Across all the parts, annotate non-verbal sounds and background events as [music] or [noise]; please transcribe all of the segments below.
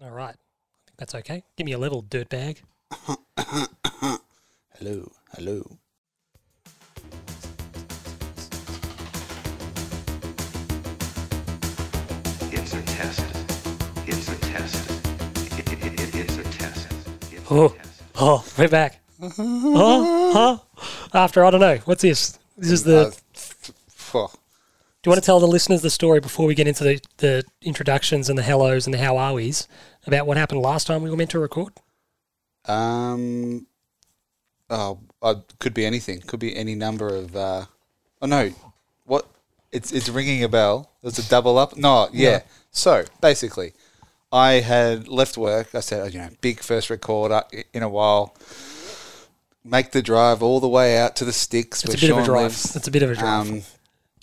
All right. I think that's okay. Give me a level, dirtbag. Hello, hello. It's a test. It's a test. It, it, it, it, it's a test. It's Oh, a test. oh, we're [laughs] back. Oh, oh. After, I don't know. What's this? This is the. Uh, f- oh, Do you want to tell the listeners the story before we get into the, the introductions and the hellos and the how are we's about what happened last time we were meant to record? um, oh, uh, could be anything. Could be any number of. Uh, oh no, what? It's it's ringing a bell. There's a double up. No, yeah. So basically, I had left work. I said, oh, you know, big first recorder i- in a while. Make the drive all the way out to the sticks. It's a bit of a drive. It's a bit of a drive. Um,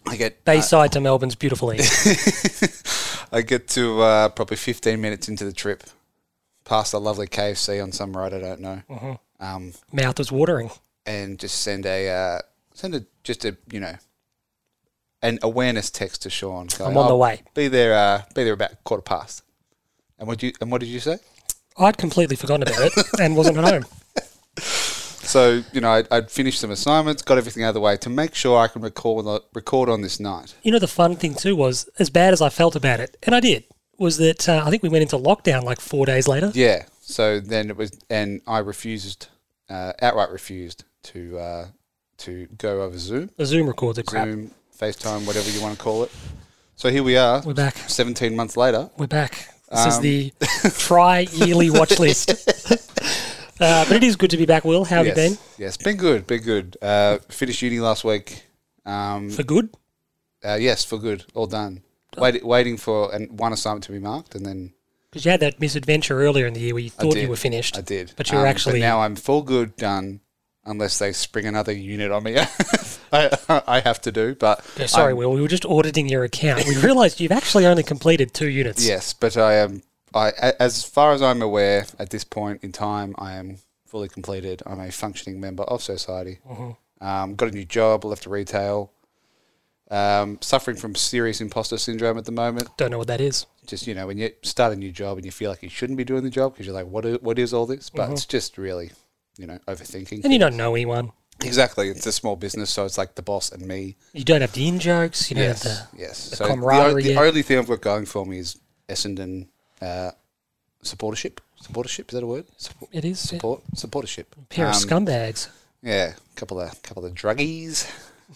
I get Bayside to Melbourne's beautiful [laughs] east. I get to uh, probably 15 minutes into the trip, past a lovely KFC on some road I don't know, Mm-hmm. um, Mouth is watering. and just send a uh, send a just a you know an awareness text to Sean. Going, I'm on the "Oh, way." Be there. Uh, be there about quarter past. And what you and what did you say? I'd completely forgotten about it and wasn't at home. So you know I'd, I'd finished some assignments, got everything out of the way to make sure I can record on- record on this night. You know, the fun thing too was, as bad as I felt about it, and I did, was that uh, I think we went into lockdown like four days later. Yeah. So then it was, and I refused, uh, outright refused to uh, to go over Zoom. The Zoom records are crap. Zoom, FaceTime, whatever you want to call it. So here we are, We're back. 17 months later. We're back. This Um, is [laughs] the tri yearly watch list. uh, but it is good to be back, Will. How have yes, you been? yes, been good, been good. Uh, finished uni last week. Um, For good? uh, yes, for good, all done. Wait, waiting for an, one assignment to be marked, and then Because you had that misadventure earlier in the year where you thought did. you were finished. I did. But you were Um, actually. now I'm full good done, unless they spring another unit on me. [laughs] I, I have to do, but Yeah, Uh, sorry, I'm- Will. We were just auditing your account. We realised you've actually only completed two units. Yes, but I am. I a- as far as I'm aware, at this point in time, I am fully completed. I'm a functioning member of society. Mm-hmm. Um, got a new job. Left retail. Um, suffering from serious imposter syndrome at the moment. Don't know what that is. Just you know, when you start a new job and you feel like you shouldn't be doing the job because you're like, what? i- What is all this? But it's just really, you know, overthinking. Mm-hmm. And you don't know anyone. exactly. It's a small business, so it's like the boss and me. You don't have the in jokes. You don't Yes, have the. yes. the so the, o- camaraderie the yet. only thing I've got going for me is Essendon uh, supportership. Supportership is that a word? Support, It is a support supportership. pair of Um, scumbags. Yeah, couple of couple of druggies.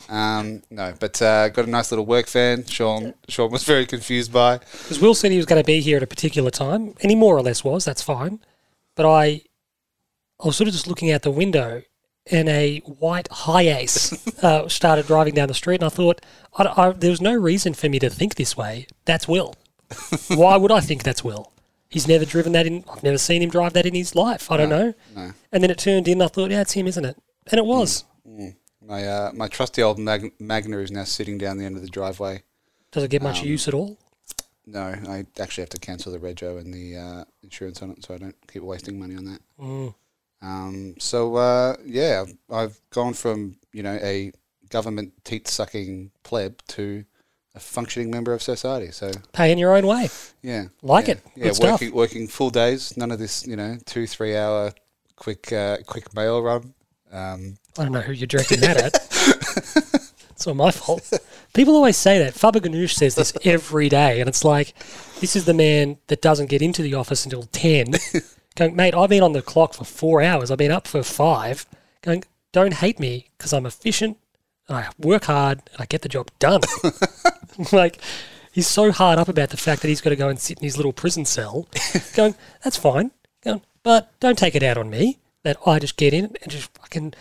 Um, no, but uh, got a nice little work van. Sean Sean was very confused by. Because Will said he was going to be here at a particular time, and he more or less was. That's fine. But I, I was sort of just looking out the window, and a white high ace [laughs] uh, started driving down the street, and I thought, I, I, there was no reason for me to think this way. That's Will. [laughs] Why would I think that's Will? He's never driven that in. I've never seen him drive that in his life. I don't know. And then it turned in. I thought, yeah, it's him, isn't it? And it Hmm. was. My uh, my trusty old Mag- Magna is now sitting down the end of the driveway. Does it get much Um, use at all? No, I actually have to cancel the rego and the uh, insurance on it, so I don't keep wasting money on that. Mm. Um, so uh, yeah, I've gone from you know a government teat sucking pleb to a functioning member of society. So Pay in your own way. yeah, Like yeah, it. Yeah, Good stuff. working working full days. None of this you know two three hour quick uh, quick mail run. Um, [laughs] I don't know who you're directing that at. it's not my fault. People always say that. Faber Ganoush says this every day, and it's like, this is the man that doesn't get into the office until 10. going, mate, I've been on the clock for four hours. I've been up for five. Going, don't hate me because I'm efficient and I work hard and I get the job done. like, he's so hard up about the fact that he's got to go and sit in his little prison cell. going, that's fine. Going, but don't take it out on me that I just get in and just fucking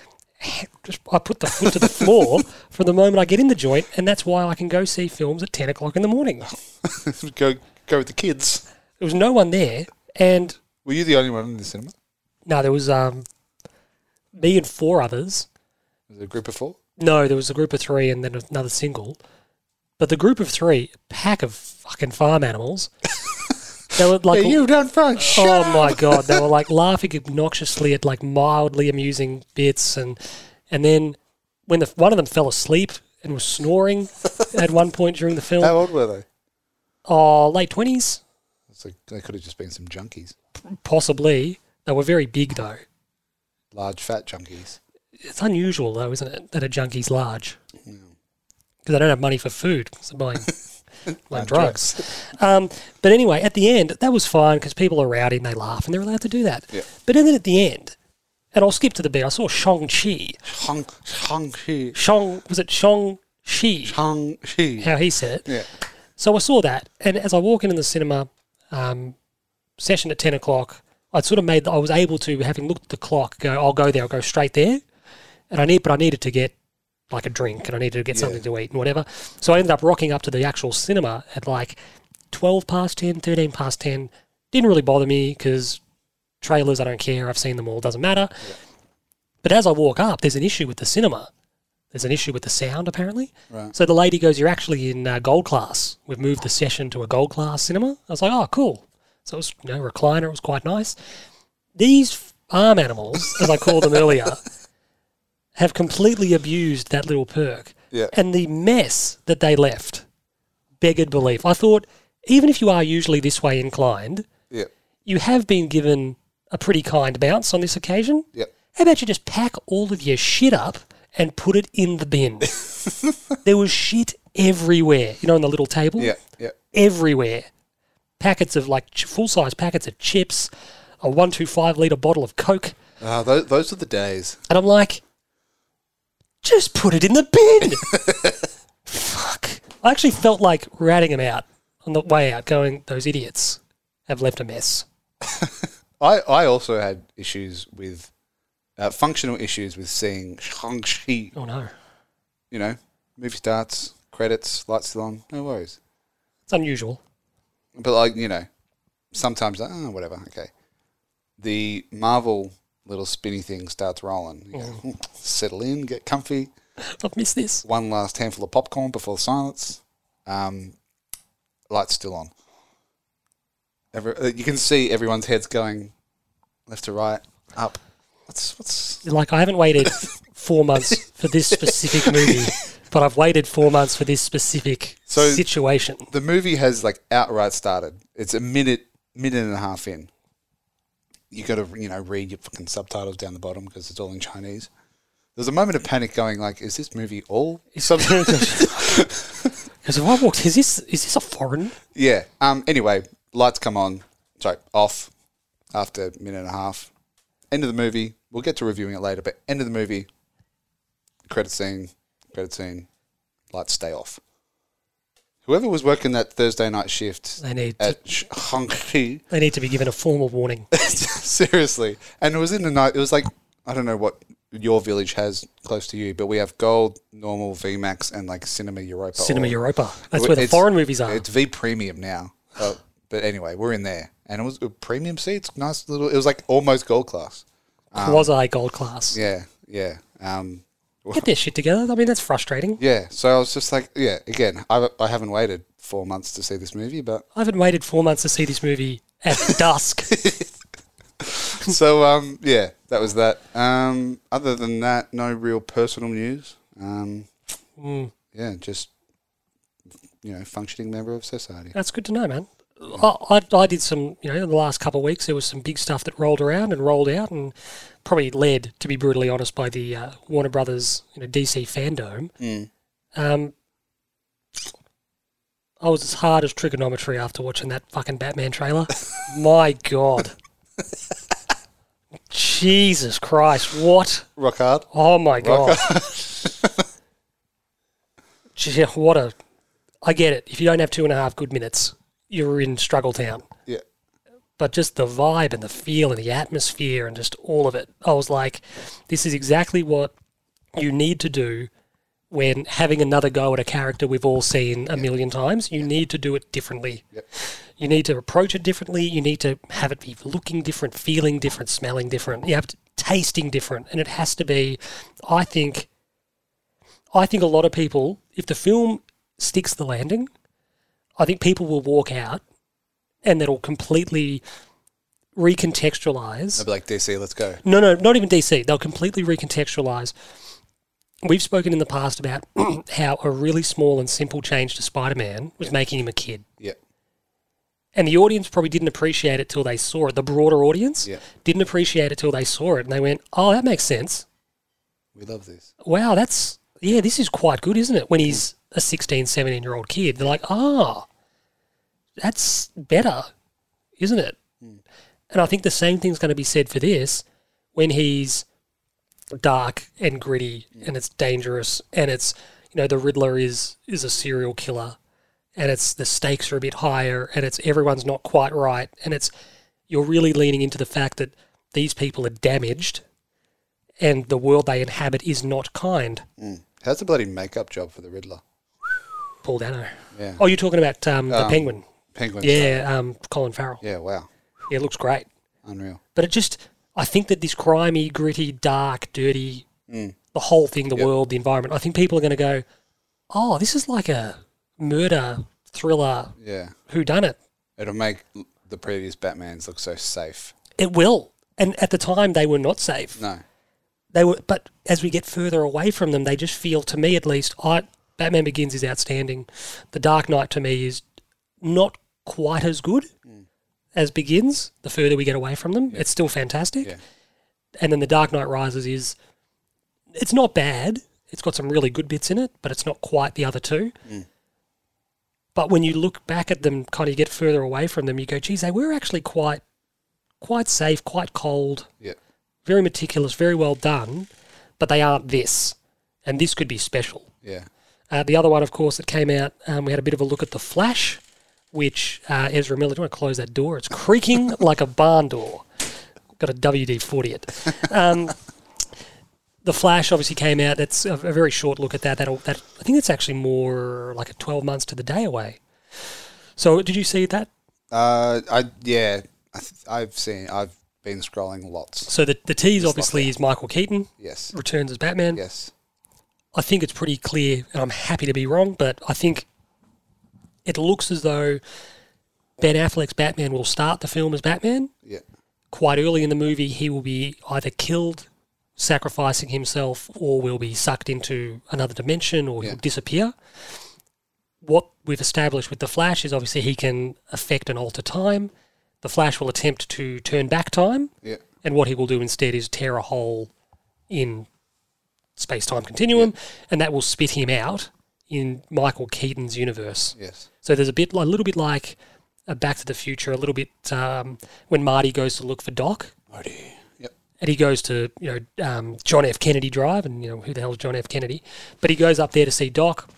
just I put the foot to the floor from the moment I get in the joint, and that's why I can go see films at ten o'clock in the morning. There go go with the kids. was no one there, and Were you the only one in the cinema? no, there was um, me and four others. Was it a group of four? No, there was a group of three and then another single. But the group of three, pack of fucking farm animals. they were like you done front. Shut oh up. my god they were like laughing obnoxiously at like mildly amusing bits and and then when the one of them fell asleep and was snoring at one point during the film How old were they? oh late 20s It's like they could have just been some junkies, Possibly. They were very big, though. large fat junkies. It's unusual, though, isn't it, that a junkie's large? Because I don't have money for food, so [laughs] buying, buying drugs. Um, but anyway, at the end, that was fine because people are rowdy and they laugh and they're allowed to do that. Yeah. But then at the end, and I'll skip to the bit, I saw Shang-Chi. Hong Hong-chi. Shang, was it Shang-Chi? Hong-chi. How he said it. Yeah. So I saw that, and as I walk into the cinema um, session at ten o'clock, I sort of made I was able to, having looked at the clock, go I'll go there, I'll go straight there, and I need, but I needed to get like a drink, and I needed to get something to eat and whatever. So I ended up rocking up to the actual cinema at like twelve past 10, 13 past ten. Didn't really bother me because trailers I don't care, I've seen them all, doesn't matter. But as I walk up, there's an issue with the cinema. There's an issue with the sound, apparently. Right. So the lady goes, "You're actually in uh, gold class. We've moved the session to a gold class cinema." I was like, "Oh, cool." So it was you know recliner. It was quite nice. These f- arm animals, as I [laughs] called them earlier, have completely abused that little perk. Yeah. And the mess that they left beggared belief. I thought, even if you are usually this way inclined, Yeah. you have been given a pretty kind bounce on this occasion. Yeah. How about you just pack all of your shit up and put it in the bin? there was shit everywhere, you know, on the little table. Yeah. Yeah. Everywhere. Packets of like ch- full size packets of chips, a 125 litre bottle of Coke. Ah, those, those are the days. And I'm like, just put it in the bin. Fuck. I actually felt like ratting him out on the way out, going, those idiots have left a mess. I, I also had issues with uh, functional issues with seeing Shang-Chi. Oh no. You know, movie starts, credits, lights still on, no worries. It's unusual. But like you know, sometimes like, oh, whatever. Okay, the Marvel little spinny thing starts rolling. You go, "Hmm, [laughs] settle in, get comfy. I've missed this. One last handful of popcorn before silence. Um, lights still on. Every, uh, you can see everyone's heads going left to right, up. What's what's Like, I haven't waited four months for this specific movie, but I've waited four months for this specific So- situation. the movie has like outright started. It's a minute, minute and a half in. You got to you know read your fucking subtitles down the bottom because it's all in Chinese. There's a moment of panic going like, is this movie all? [laughs] [laughs] sub- Because if I walked, is this is this a foreign? yeah. Um. Anyway, lights come on. Sorry, off. After a minute and a half, end of the movie. We'll get to reviewing it later, but end of the movie, credit scene, credit scene, lights stay off. Whoever was working that Thursday night shift They need to, at Shang-Chi they need to be given a formal warning. [laughs] Oh. Seriously. And it was in the night. It was like, I don't know what your village has close to you, but we have Gold, Normal, VMAX, and like Cinema Europa. Cinema Or- Europa. That's Well, where the it's- foreign movies are. It's V Premium now. Oh, but anyway, we're in there. And it was uh, premium seats, nice little. It was like almost gold class. Quasi gold class. um, Yeah, yeah. Um, Get their shit together. I mean, that's frustrating. yeah, so I was just like, yeah, again, I, I haven't waited four months to see this movie, but [laughs] I haven't waited four months to see this movie at [laughs] dusk. so um, yeah, that was that. Um, other than that, no real personal news. Um, Hmm. Yeah, just you know, functioning member of society. That's good to know, man. I, I, I did some, you know, in the last couple of weeks, there was some big stuff that rolled around and rolled out, and probably led, to be brutally honest, by the uh, Warner Brothers, you know, DC fandom. Um, I was as hard as trigonometry after watching that fucking Batman trailer. My God. Jesus Christ, what? Rock hard. Oh my god! Gee, what a! I get it. If you don't have two and a half good minutes, you're in struggle town. Yeah, But just the vibe and the feel and the atmosphere and just all of it, I was like, this is exactly what you need to do when having another go at a character we've all seen a million times. You need to do it differently. Yep. You need to approach it differently. You need to have it be looking different, feeling different, smelling different. You have to, tasting different, and it has to be. I think. I think a lot of people, if the film sticks the landing, I think people will walk out, and that'll completely recontextualize. I'd be like DC. Let's go. No, no, not even DC. They'll completely recontextualize. We've spoken in the past about [clears throat] how a really small and simple change to Spider Man was making him a kid. Yeah, And the audience probably didn't appreciate it till they saw it. The broader audience Yeah. didn't appreciate it till they saw it. And they went, oh, that makes sense. We love this. Wow, that's, yeah, this is quite good, isn't it? When he's a 16, 17 year old kid, they're like, ah, that's better, isn't it? And I think the same thing's going to be said for this when he's dark and gritty and it's dangerous and it's you know the riddler is is a serial killer and it's the stakes are a bit higher and it's everyone's not quite right and it's you're really leaning into the fact that these people are damaged and the world they inhabit is not kind Hmm. How's the bloody makeup job for the Riddler? paul dano Yeah. oh you're talking about um, the penguin Penguin. yeah um, colin farrell Yeah, wow. yeah it looks great Unreal. But it just, I think that this grimy, gritty, dark, dirty, the whole thing, the world, the environment, I think people are going to go, oh, this is like a murder thriller. Yeah. Who done it? It'll make l- the previous Batmans look so safe. It will. And at the time, they were not safe. No. They were, but as we get further away from them, they just feel, to me at least, I, Batman Begins is outstanding. The Dark Knight to me is not quite as good as Begins. The further we get away from them, it's still fantastic. Yeah. and then the Dark Knight Rises is it's not bad. It's got some really good bits in it, but it's not quite the other two. But when you look back at them, kind of get further away from them, you go, geez, they were actually quite, quite safe, quite cold, Yeah. very meticulous, very well done. But they aren't this, and this could be special. Yeah. Uh, the other one, of course, that came out, um, we had a bit of a look at the Flash, which uh, Ezra Miller. Do you want to close that door? It's creaking like a barn door. Got a WD forty it. Um, the Flash obviously came out. That's a, a very short look at that. That'll, that I think it's actually more like a twelve months to the day away. So did you see that? Uh, I yeah. I th- I've seen. I've been scrolling lots. So the the tease obviously is Michael Keaton Yes. returns as Batman. Yes. I think it's pretty clear, and I'm happy to be wrong, but I think it looks as though Ben Affleck's Batman will start the film as Batman. Yeah. Quite early in the movie, he will be either killed, sacrificing himself, or will be sucked into another dimension, or he'll Yeah. disappear. What we've established with the Flash is obviously he can affect and alter time. The Flash will attempt to turn back time, Yeah. and what he will do instead is tear a hole in space time continuum, and that will spit him out in Michael Keaton's universe. Yes. So there's a bit, a little bit like a Back to the Future, a little bit um, when Marty goes to look for Doc, Marty. Yep. and he goes to you know um, John F. Kennedy Drive, and you know who the hell's John F. Kennedy, but he goes up there to see Doc.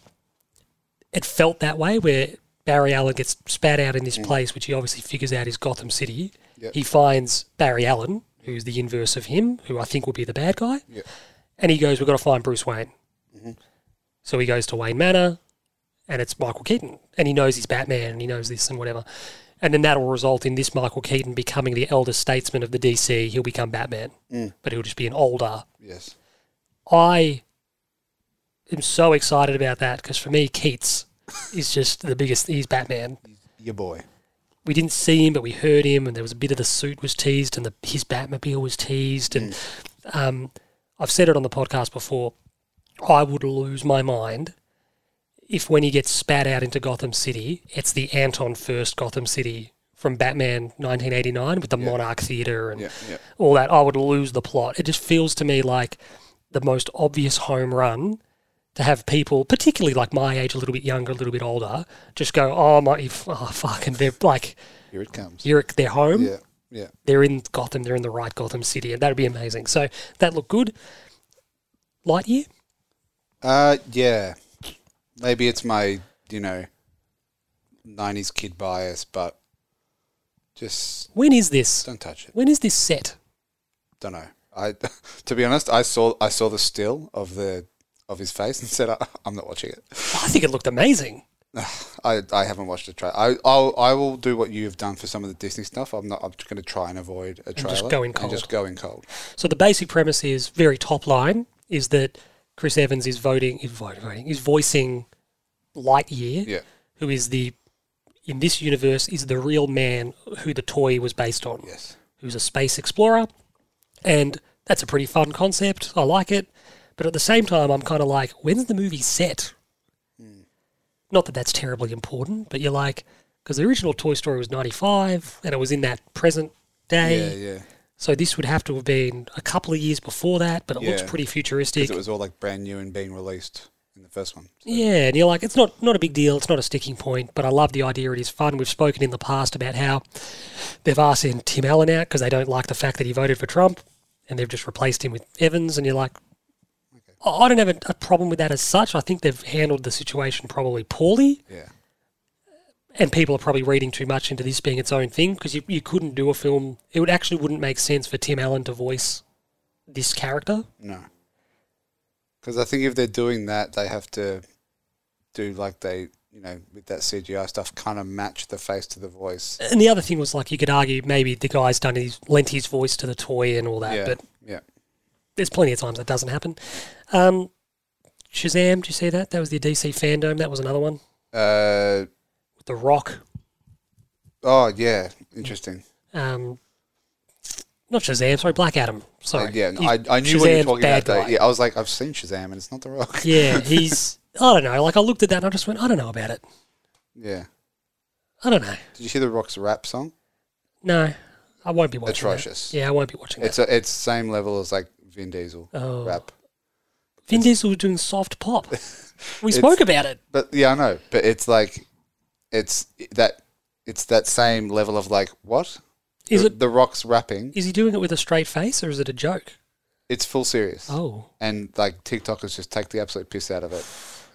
It felt that way where Barry Allen gets spat out in this place, which he obviously figures out is Gotham City. Yep. He finds Barry Allen, who's the inverse of him, who I think will be the bad guy, Yep. and he goes, "We've got to find Bruce Wayne." So he goes to Wayne Manor, and it's Michael Keaton, and he knows he's Batman, and he knows this and whatever. And then that'll result in this Michael Keaton becoming the elder statesman of the DC. He'll become Batman, but he'll just be an older. Yes. I am so excited about that because for me, Keats is just the biggest. He's Batman. Your boy. We didn't see him, but we heard him, and there was a bit of the suit was teased, and the, his Batmobile was teased, and um, I've said it on the podcast before. I would lose my mind if, when he gets spat out into Gotham City, it's the Anton First Gotham City from Batman 1989 with the Monarch Theater and Yeah. Yep. all that, I would lose the plot. It just feels to me like the most obvious home run to have people, particularly like my age, a little bit younger, a little bit older, just go, "Oh my, f- oh fucking," they're like, Here it comes. "You're at their home. Yeah. Yeah. They're in Gotham. They're in the right Gotham City, and that'd be amazing." So that looked good. Lightyear, Uh, yeah. Maybe it's my, you know, 90s kid bias, but just when is this? don't touch it. When is this set? Don't know. I, [laughs] to be honest, I saw I saw the still of the of his face and [laughs] said, "I- "I'm not watching it." I think it looked amazing. I, I haven't watched a trailer. I I'll, I will do what you have done for some of the Disney stuff. I'm not. I'm just going to try and avoid a trailer go in And just go in cold. So the basic premise is very top line is that Chris Evans is voting is voting, voting is voicing Lightyear, Yeah. who is the in this universe is the real man who the toy was based on, Yes. who's a space explorer, and that's a pretty fun concept. I like it, but at the same time, I'm kind of like, Hmm. when's the movie set? Not that that's terribly important, but you're like, because the original Toy Story was 95 and it was in that present Yeah, day. yeah. So this would have to have been a couple of years before that, but it looks Yeah. pretty futuristic. Because it was all like brand new and being released in the first one. Yeah, and you're like, it's not not a big deal. It's not a sticking point, but I love the idea. It is fun. We've spoken in the past about how they've asked in Tim Allen out because they don't like the fact that he voted for Trump, and they've just replaced him with Evans. And you're like, I I don't have a, a problem with that as such. I think they've handled the situation probably poorly, Yeah. and people are probably reading too much into this being its own thing because you, you couldn't do a film. It would actually wouldn't make sense for Tim Allen to voice this character. No. Because I think if they're doing that, they have to do like they, you know, with that CGI stuff, kind of match the face to the voice. And the other thing was like you could argue maybe the guy's done his lent his voice to the toy and all that, Yeah. but yeah. there's plenty of times that doesn't happen. Um, Shazam, do you see that? That was the DC fandom. That was another one Uh, with The Rock. oh, yeah. Interesting. Um, not Shazam, sorry, Black Adam. Sorry. Yeah. He's- I, I knew what you were Shazam's talking bad about. Though. guy. Yeah. I was like, I've seen Shazam and it's not The Rock. [laughs] yeah, he's. I don't know. Like I looked at that and I just went, I don't know about it. [laughs] yeah. I don't know. Did you hear The Rock's rap song? No, I won't be watching. that. Atrocious. Yeah, I won't be watching It's a, it's same level as like Vin Diesel Oh. rap. that. Vin Diesel was doing soft [laughs] pop. We spoke about it. But yeah, I know. But it's like, it's that, it's that same level of like, what? Is the, it? The Rock's rapping. Is he doing it with a straight face or is it a joke? It's full serious. Oh, and like TikTokers just take the absolute piss out of it,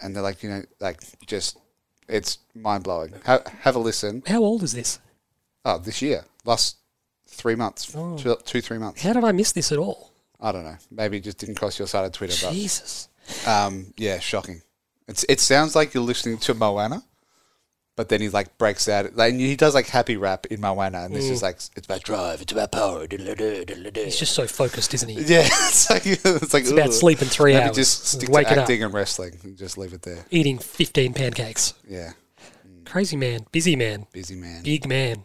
and they're like, you know, like just it's mind blowing. Ha- have a listen. how old is this? Oh, this year, last three months, Oh. two, two three months. How did I miss this at all? I don't know. Maybe it just didn't cross your side of Twitter, Jesus. but um, yeah, shocking. It's it sounds like you're listening to Moana, but then he like breaks out. Like he does like happy rap in Moana, and this is like it's about drive, it's about power. He's just so focused, isn't he? [laughs] Yeah, it's like it's like it's about sleeping three hours. Just stick Wake it to up. acting and wrestling, and just leave it there. eating 15 pancakes. Yeah. Crazy man, busy man, Busy man, big man.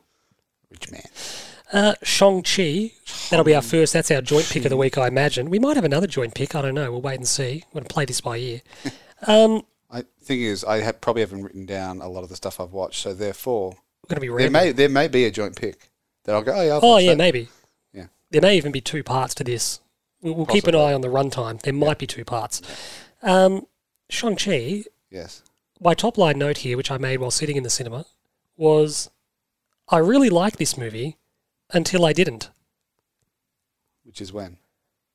rich man. Uh, Shang-Chi, that'll be our first. That's our joint pick of the week, I imagine. We might have another joint pick. I don't know. We'll wait and see. We're going to play this by ear. I thing is, I have, probably haven't written down a lot of the stuff I've watched, so therefore We're going to be there random. may there may be a joint pick that I'll go. Oh yeah, I've oh, watched yeah, that." maybe. Yeah. There may even be two parts to this. We'll, we'll keep an eye on the runtime. There might be two parts. Um, Shang-Chi, yes, my top line note here, which I made while sitting in the cinema, was I really liked this movie until I didn't. which is when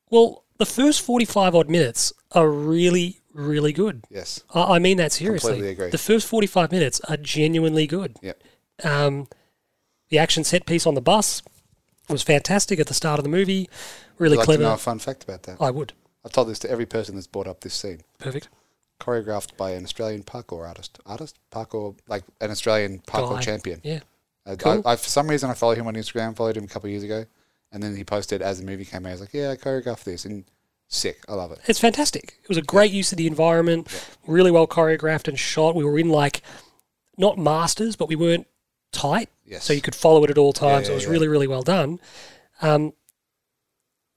Well, the first 45 odd minutes are really, really good. yes, I, I mean that seriously. Completely agree. The first 45 minutes are genuinely good. yep, Um, the action set piece on the bus was fantastic at the start of the movie. Really I'd like clever. to know a fun fact about that. I would. I've told this to every person that's brought up this scene. Perfect. Choreographed by an Australian parkour artist, artist parkour like an Australian parkour Guy. champion. Yeah. I, Cool. I, I, for some reason, I followed him on Instagram. Followed him a couple of years ago, and then he posted as the movie came out. I was like, "Yeah, I choreographed this," and sick. I love it. It's fantastic. It was a great use of the environment, really well choreographed and shot. We were in like, not masters, but we weren't tight. Yes. So you could follow it at all times. yeah, it was yeah. really, really well done. Um,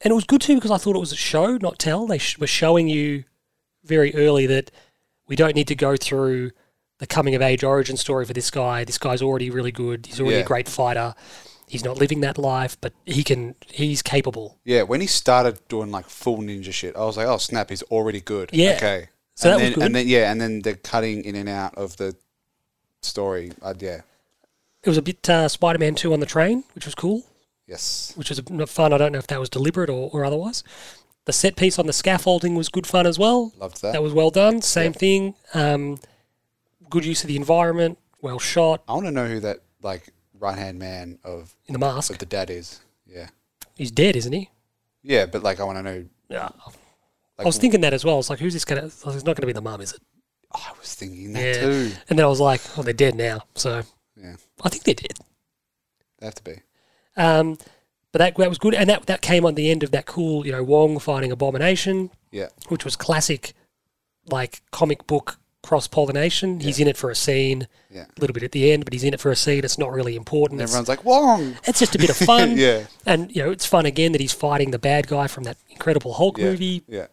and it was good too because I thought it was a show, not tell. They sh- were showing you very early that we don't need to go through the coming of age origin story for this guy. This guy's already really good. He's already Yeah. a great fighter. He's not living that life, but he can. He's capable. Yeah, when he started doing like full ninja shit, I was like, "Oh snap, he's already good." Yeah. Okay. So and that was then, good. And then yeah, and then the cutting in and out of the story. Uh, yeah. It was a bit uh, Spider-Man Two on the train, which was cool. Yes. which was not fun. I don't know if that was deliberate or, or otherwise. The set piece on the scaffolding was good fun as well. Loved that. That was well done. Same thing. Um, good use of the environment. Well shot I want to know who that like right hand man of in the mask. of the dad is. Yeah. He's dead, isn't he? Yeah, but like I want to know. Yeah. I Like- was thinking that as well. I was like, who's this going to? It's not going to be the mum, is it? I was thinking that too. And then I was like, oh, they're dead now. So Yeah, I think they're dead. they have to be. Um, but that that was good, and that that came on the end of that cool, you know, Wong fighting Abomination. Yeah. which was classic, like comic book cross pollination. He's in it for a scene, Yeah. a little bit at the end, but he's in it for a scene. It's not really important. It's, Everyone's [laughs] like Wong. it's just a bit of fun. [laughs] Yeah. And, you know, it's fun again that he's fighting the bad guy from that Incredible Hulk Yeah. movie Yeah.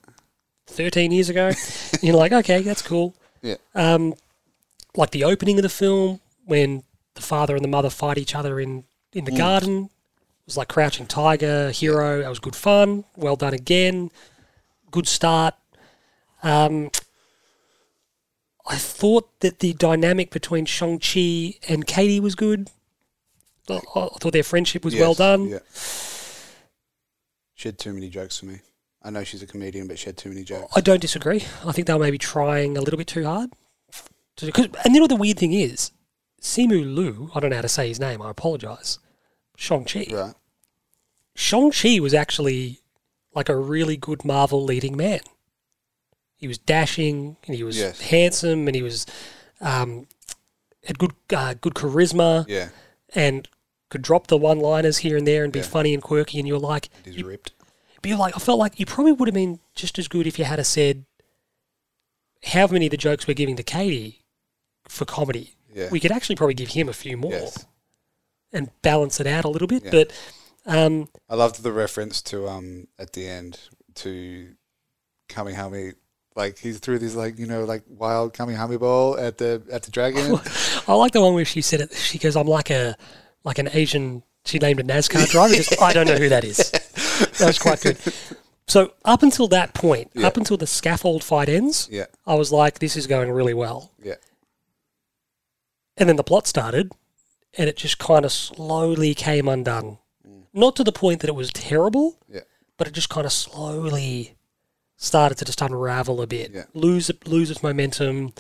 13 years ago. [laughs] you're like, okay, that's cool. Yeah. Um, like the opening of the film when the father and the mother fight each other in in the Mm. garden. It was like Crouching Tiger, Hero. That was good fun. Well done again. Good start. Um, I thought that the dynamic between Shang Chi and Katie was good. I I thought their friendship was well Yes, done. Yeah. She had too many jokes for me. I know she's a comedian, but she had too many jokes. I don't disagree. I think they were maybe trying a little bit too hard. To, cause, and you know what the weird thing is? Simu Liu, I don't know how to say his name, I apologise. Shang-Chi. Right. Shang-Chi was actually like a really good Marvel leading man. He was dashing and he was Yes. handsome and he was um, had good uh, good charisma Yeah. and could drop the one-liners here and there and be Yeah. funny and quirky and you're like He's you ripped. but you're like, I felt like you probably would have been just as good if you had a said how many of the jokes we're giving to Katie for comedy. Yeah. We could actually probably give him a few more Yes. and balance it out a little bit. Yeah. But um, I loved the reference to um at the end to Kamihami. Like he threw this like you know like wild Kamihami ball at the at the dragon. I like the one where she said it. She goes, "I'm like a like an Asian." She named a [laughs] NASCAR driver. Just, I don't know who that is. That was quite good. So up until that point, Yeah. up until the scaffold fight ends, yeah, I was like, "This is going really well." yeah, And then the plot started, and it just kind of slowly came undone. Mm. Not to the point that it was terrible, yeah, but it just kind of slowly started to just unravel a bit, Yeah. lose lose its momentum.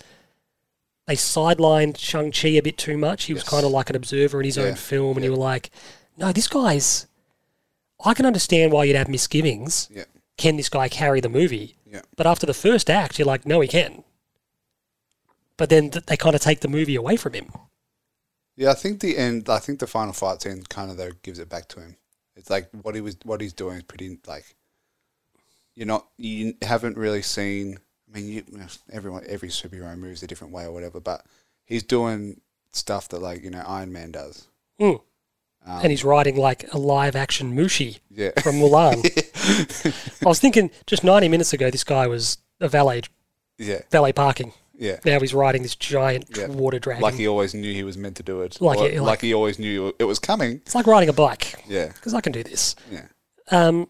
They sidelined Shang Chi a bit too much. He was Yes. kind of like an observer in his Yeah. own film, and you were like, "No, this guy's." I can understand why you'd have misgivings. yeah, Can this guy carry the movie? yeah, But after the first act, you're like, "No, he can." But then th- they kind of take the movie away from him. yeah. I think the end. I think the final fight scene kind of though gives it back to him. It's like what he was what he's doing is pretty like you're not you haven't really seen. I mean, you, everyone every superhero moves a different way or whatever, but he's doing stuff that like you know Iron Man does. Mm. Um, and he's riding like a live action Mushi Yeah, from Mulan. I was thinking just 90 minutes ago, this guy was a valet [laughs] yeah, valet parking. yeah. Now he's riding this giant Yeah. water dragon. Like he always knew he was meant to do it. Like Or- he- like- like he always knew it was coming. it's like riding a bike Yeah, because I can do this. yeah, Um,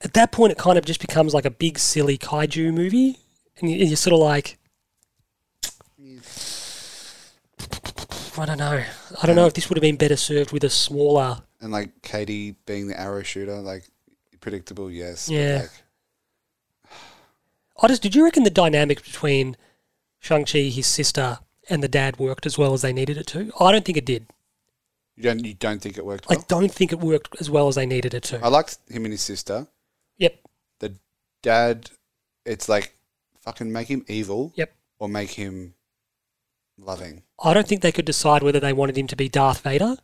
at that point, it kind of just becomes like a big, silly kaiju movie. And, you, and you're sort of like, I don't know. I don't know if this would have been better served with a smaller and like Katie being the arrow shooter, like predictable. Yes. but, Yeah. like, I just did you reckon the dynamic between Shang Chi, his sister, and the dad worked as well as they needed it to? I don't think it did. you don't you don't think it worked I well? don't think it worked as well as they needed it I to. liked him and his sister. Yep, The dad, it's like fucking make him evil yep. or make him loving. I don't think they could decide whether they wanted him to be Darth Vader.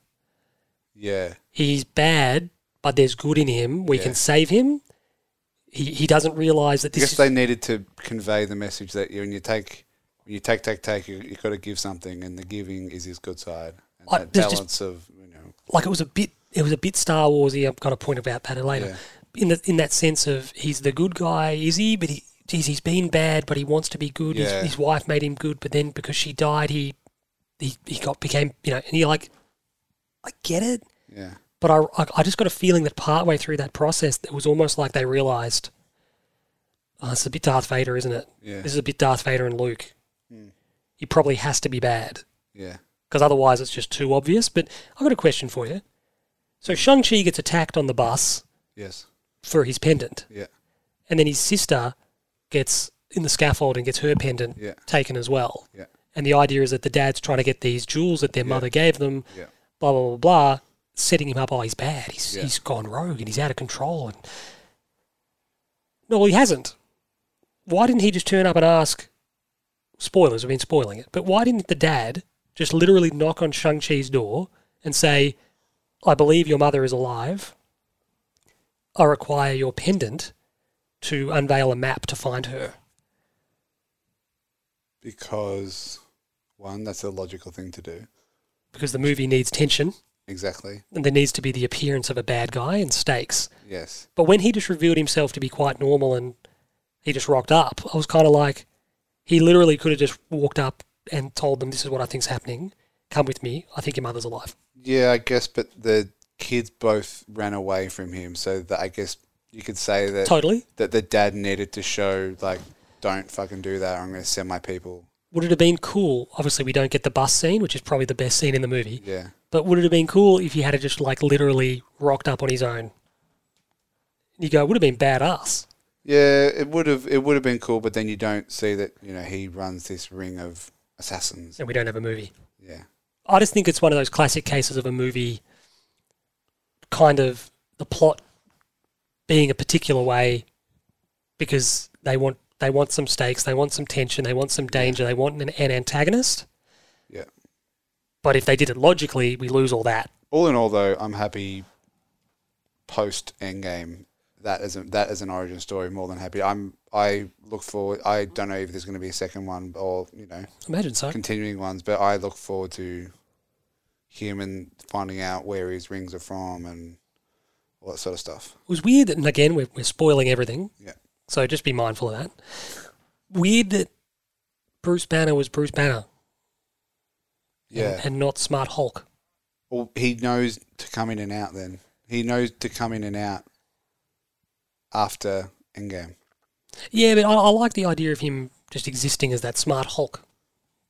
Yeah, He's bad, but there's good in him. We Yeah. can save him. He he doesn't realize that I this guess is they needed to convey the message that you when you take when you take take take you you got to give something, and the giving is his good side. And I- that there's just- balance of you know like it was a bit it was a bit Star Warsy. I've got a point about that later. In the in that sense of he's the good guy, is he? But he geez, he's been bad, but he wants to be good. Yeah. His, his wife made him good, but then because she died, he he he got became you know. And you're like, I get it, yeah. but I I, I just got a feeling that partway through that process, it was almost like they realized, oh, it's a bit Darth Vader, isn't it? Yeah. Hmm. This is a bit Darth Vader and Luke. He probably has to be bad Yeah. because otherwise it's just too obvious. But I've got a question for you. So Shang-Chi gets attacked on the bus Yes. for his pendant, Yeah. and then his sister gets in the scaffold and gets her pendant Yeah. taken as well. Yeah. And the idea is that the dad's trying to get these jewels that their mother gave them, Yeah. blah, blah, blah, blah, setting him up. Oh, he's bad. He's, Yeah. he's gone rogue and he's out of control. And No, he hasn't. Why didn't he just turn up and ask? Spoilers, I've been spoiling it. But why didn't the dad just literally knock on Shang-Chi's door and say, I believe your mother is alive. I require your pendant to unveil a map to find her. Because one, that's a logical thing to do. Because the movie needs tension Exactly. and there needs to be the appearance of a bad guy and stakes. Yes. But when he just revealed himself to be quite normal and he just rocked up, I was kind of like, he literally could have just walked up and told them, This is what I think's happening. come with me. I think your mother's alive. Yeah, I guess, but the kids both ran away from him, so that I guess you could say that Totally. that the dad needed to show like, don't fucking do that. Or I'm going to send my people. Would it have been cool? Obviously, we don't get the bus scene, which is probably the best scene in the movie. Yeah, But would it have been cool if he had just like literally rocked up on his own? You go, it would have been badass. yeah. It would have it would have been cool, but then you don't see that you know he runs this ring of assassins. And we don't have a movie. Yeah, I just think it's one of those classic cases of a movie kind of the plot being a particular way because they want they want some stakes, they want some tension, they want some danger, they want an, an antagonist. yeah. But if they did it logically, we lose all that. All in all, though, I'm happy. Post Endgame, that is a, that is an origin story. More than happy. I'm I look forward. I don't know if there's going to be a second one or you know Imagine so. continuing ones, but I look forward to human finding out where his rings are from and all that sort of stuff. It was weird, that- and again, we're, we're spoiling everything, Yeah, so just be mindful of that. Weird that Bruce Banner was Bruce Banner yeah. and not Smart Hulk. Well, he knows to come in and out. Then he knows to come in and out after Endgame. Yeah, but I, I like the idea of him just existing as that Smart Hulk,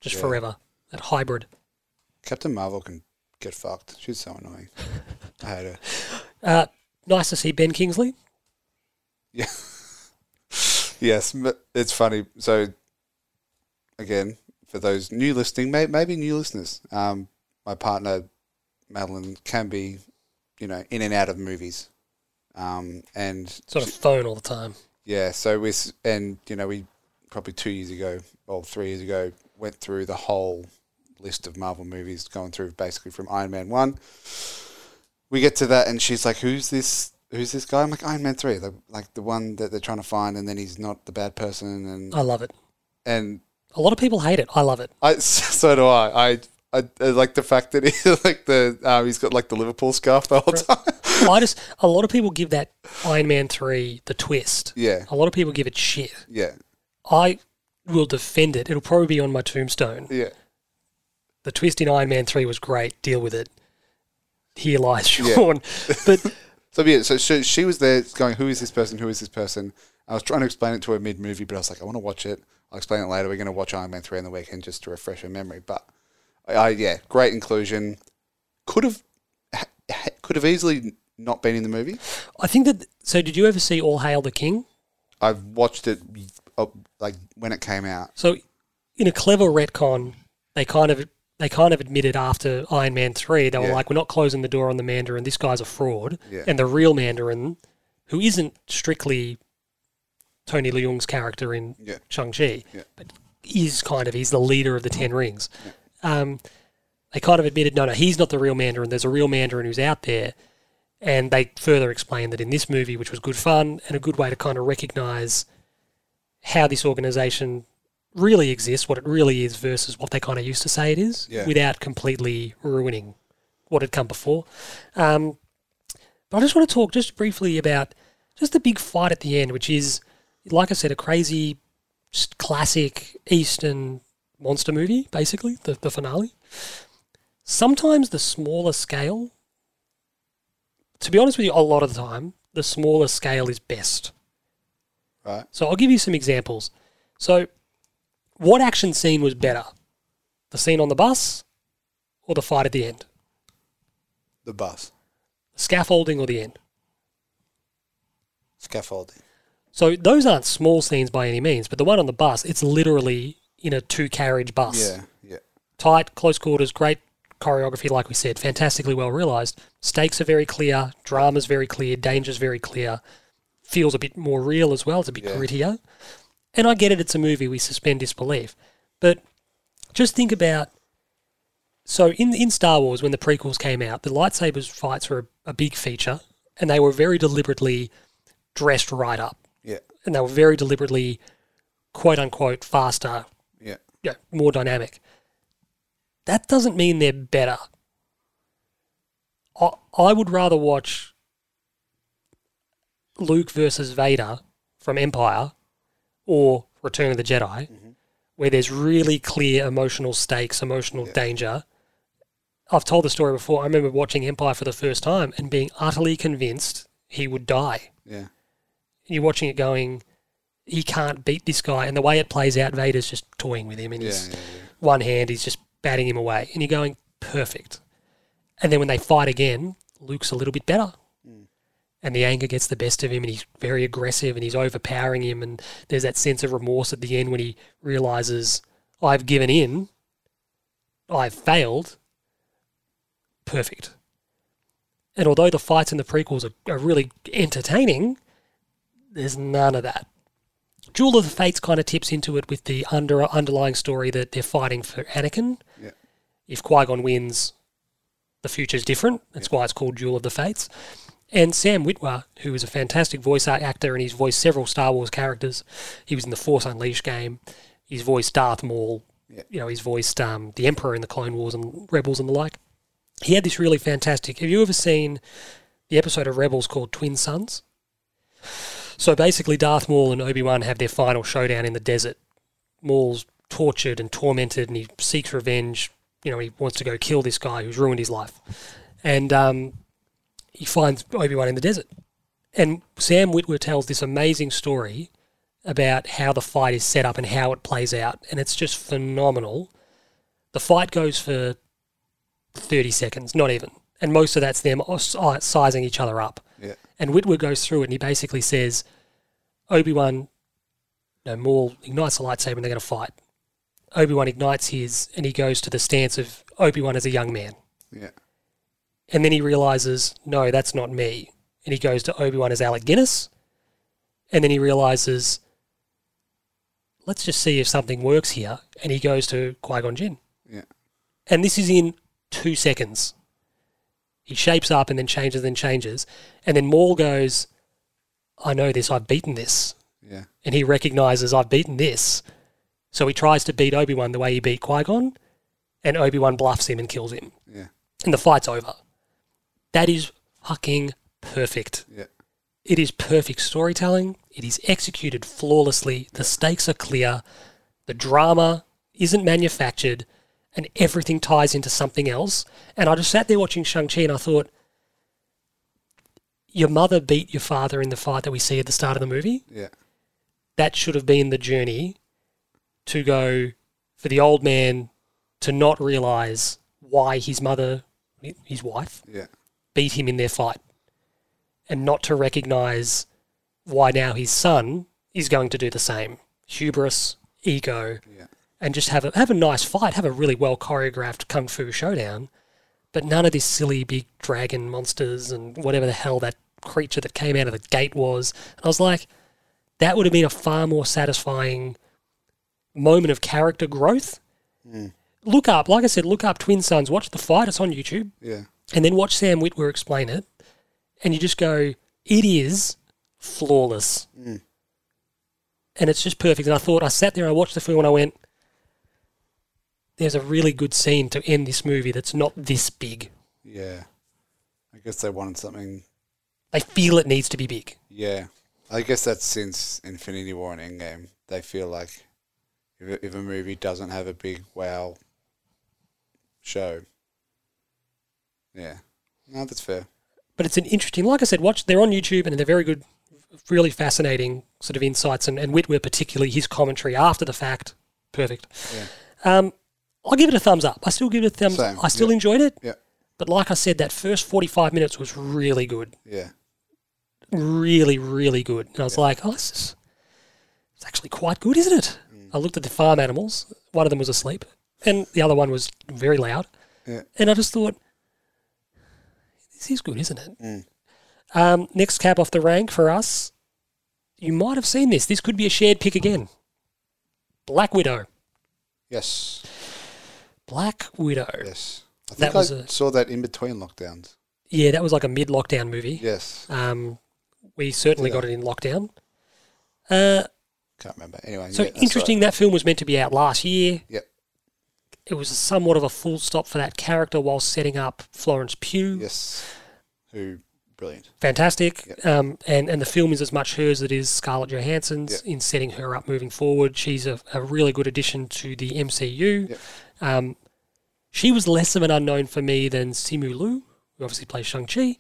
just Yeah. forever, that hybrid. Captain Marvel can get fucked. She's so annoying. I hate her. Uh, nice to see Ben Kingsley. Yeah. yes, but it's funny. So, again, for those new listening, may, maybe new listeners, um, my partner Madeline can be, you know, in and out of movies, um, and Sort of phone all the time. yeah, so we s- and you know we probably two years ago or three years ago went through the whole list of Marvel movies, going through basically from Iron Man one. We get to that, and she's like, "Who's this? Who's this guy?" I'm like, "Iron Man three, the, like the one that they're trying to find, and then he's not the bad person." And I love it. [laughs] and A lot of people hate it. I love it. I [laughs] so do I. I I, I like the fact that he [laughs] like the um, he's got like the Liverpool scarf the whole time. [laughs] I just a lot of people give that Iron Man three the twist. yeah, A lot of people give it shit. yeah, I will defend it. It'll probably be on my tombstone. yeah, The twist in Iron Man three was great. Deal with it. Here lies [laughs] [laughs] Sean. But So yeah, so she, she was there going, "Who is this person? Who is this person?" I was trying to explain it to her mid movie, but I was like, "I want to watch it. I'll explain it later. We're going to watch Iron Man three on the weekend just to refresh her memory." But I, I yeah, great inclusion. Could have ha- ha- could have easily not been in the movie. I think that. So did you ever see All Hail the King? I've watched it uh, like when it came out. So, in a clever retcon, they kind of they kind of admitted after Iron Man three, they were Yeah. like, "We're not closing the door on the Mandarin. This guy's a fraud." Yeah. And the real Mandarin, who isn't strictly Tony Leung's character in Yeah. Shang Chi, Yeah. but is kind of he's the leader of the Ten Rings. Um, they kind of admitted, no, no, he's not the real Mandarin. There's a real Mandarin who's out there. And they further explained that in this movie, which was good fun and a good way to kind of recognize how this organization really exists, what it really is versus what they kind of used to say it is, Yeah. without completely ruining what had come before. Um, but I just want to talk just briefly about just the big fight at the end, which is, like I said, a crazy, just classic Eastern monster movie, basically, the, the finale. Sometimes the smaller scale, to be honest with you, a lot of the time, the smaller scale is best. Right? So I'll give you some examples. So, what action scene was better? The scene on the bus or the fight at the end? The bus The scaffolding or the end? scaffolding. So, those aren't small scenes by any means, but the one on the bus, it's literally in a two carriage bus. Yeah, yeah, Tight, close quarters, great choreography, like we said, fantastically well realized. Stakes are very clear, drama's very clear, danger's very clear. Feels a bit more real as well, it's a bit Yeah. grittier. And I get it, it's a movie, we suspend disbelief. But just think about so in in Star Wars when the prequels came out, the lightsabers fights were a, a big feature, and they were very deliberately dressed right up, yeah, and they were very deliberately quote unquote faster, yeah. you know, more dynamic. That doesn't mean they're better. I, I would rather watch Luke versus Vader from Empire or Return of the Jedi, where there's really clear emotional stakes, emotional danger, I've told the story before. I remember watching Empire for the first time and being utterly convinced he would die. Yeah. And you're watching it going, he can't beat this guy. And the way it plays out, Vader's just toying with him and Yeah. he's yeah, one hand, he's just batting him away. And you're going, perfect. And then when they fight again, Luke's a little bit better. Mm. And the anger gets the best of him, and he's very aggressive and he's overpowering him. And there's that sense of remorse at the end when he realizes, I've given in, I've failed. Perfect. And although the fights in the prequels are, are really entertaining, there's none of that. Jewel of the Fates kind of tips into it with the under underlying story that they're fighting for Anakin. Yeah. If Qui Gon wins, the future's different. That's why it's called Jewel of the Fates. And Sam Witwer, who is a fantastic voice act- actor and he's voiced several Star Wars characters. He was in the Force Unleashed game. He's voiced Darth Maul. Yeah. You know, he's voiced um, the Emperor in the Clone Wars and Rebels and the like. He had this really fantastic. Have you ever seen the episode of Rebels called Twin Sons? So basically, Darth Maul and Obi Wan have their final showdown in the desert. Maul's tortured and tormented, and he seeks revenge. You know, he wants to go kill this guy who's ruined his life, and um, he finds Obi Wan in the desert. And Sam Witwer tells this amazing story about how the fight is set up and how it plays out, and it's just phenomenal. The fight goes for thirty seconds, not even, and most of that's them os- sizing each other up. yeah. And Whitwer goes through it and he basically says, Obi Wan, no, Maul ignites the lightsaber and they're going to fight. Obi Wan ignites his and he goes to the stance of Obi Wan as a young man. Yeah. And then he realizes, no, that's not me. And he goes to Obi Wan as Alec Guinness. And then he realizes, let's just see if something works here. And he goes to Qui Gon Jinn. Yeah. And this is in two seconds. He shapes up and then changes and changes. And then Maul goes, I know this, I've beaten this. Yeah. And he recognizes, I've beaten this. So he tries to beat Obi Wan the way he beat Qui Gon. And Obi Wan bluffs him and kills him. Yeah. And the fight's over. That is fucking perfect. Yeah. It is perfect storytelling. It is executed flawlessly. The stakes are clear. The drama isn't manufactured and everything ties into something else. And I just sat there watching Shang-Chi and I thought, your mother beat your father in the fight that we see at the start of the movie. Yeah. That should have been the journey to go for the old man to not realize why his mother, his wife, Yeah. beat him in their fight and not to recognize why now his son is going to do the same hubris ego Yeah. and just have a have a nice fight have a really well choreographed kung fu showdown but none of this silly big dragon monsters and whatever the hell that creature that came out of the gate was and i was like that would have been a far more satisfying moment of character growth look up like i said look up twin sons watch the fight it's on youtube Yeah. and then watch Sam Witwer explain it, and you just go, it is flawless. Mm. And it's just perfect. And I thought, I sat there, I watched the film, and I went, there's a really good scene to end this movie that's not this big. Yeah. I guess they wanted something. They feel it needs to be big. Yeah. I guess that's since Infinity War and Endgame. They feel like if a, if a movie doesn't have a big wow show. Yeah. No, that's fair. But it's an interesting, like I said, watch, they're on YouTube, and they're very good, really fascinating sort of insights. And, and Whitwer, particularly, his commentary after the fact, perfect. Um, I'll give it a thumbs up. I still give it a thumbs Same, I still yeah. enjoyed it. Yeah. But like I said, that first 45 minutes was really good. Yeah. Really, really good. And I was like, oh, this is it's actually quite good, isn't it? I looked at the farm animals. One of them was asleep, and the other one was very loud. Yeah. And I just thought, this is good, isn't it? Um, next cab off the rank for us. You might have seen this. This could be a shared pick again. Black Widow. Yes. Black Widow. Yes. I think That was I a- saw that in between lockdowns. Yeah, that was like a mid lockdown movie. Yes. Um, we certainly Yeah. got it in lockdown. Uh, Can't remember. Anyway. so yeah, that's interesting. That film was meant to be out last year. Right. Yep. It was somewhat of a full stop for that character while setting up Florence Pugh. Yes. Who? Brilliant. Fantastic. Um, and, and the film is as much hers as it is Scarlett Johansson's in setting her up moving forward. She's a, a really good addition to the MCU. Yep. Um, She was less of an unknown for me than Simu Liu, who obviously plays Shang-Chi.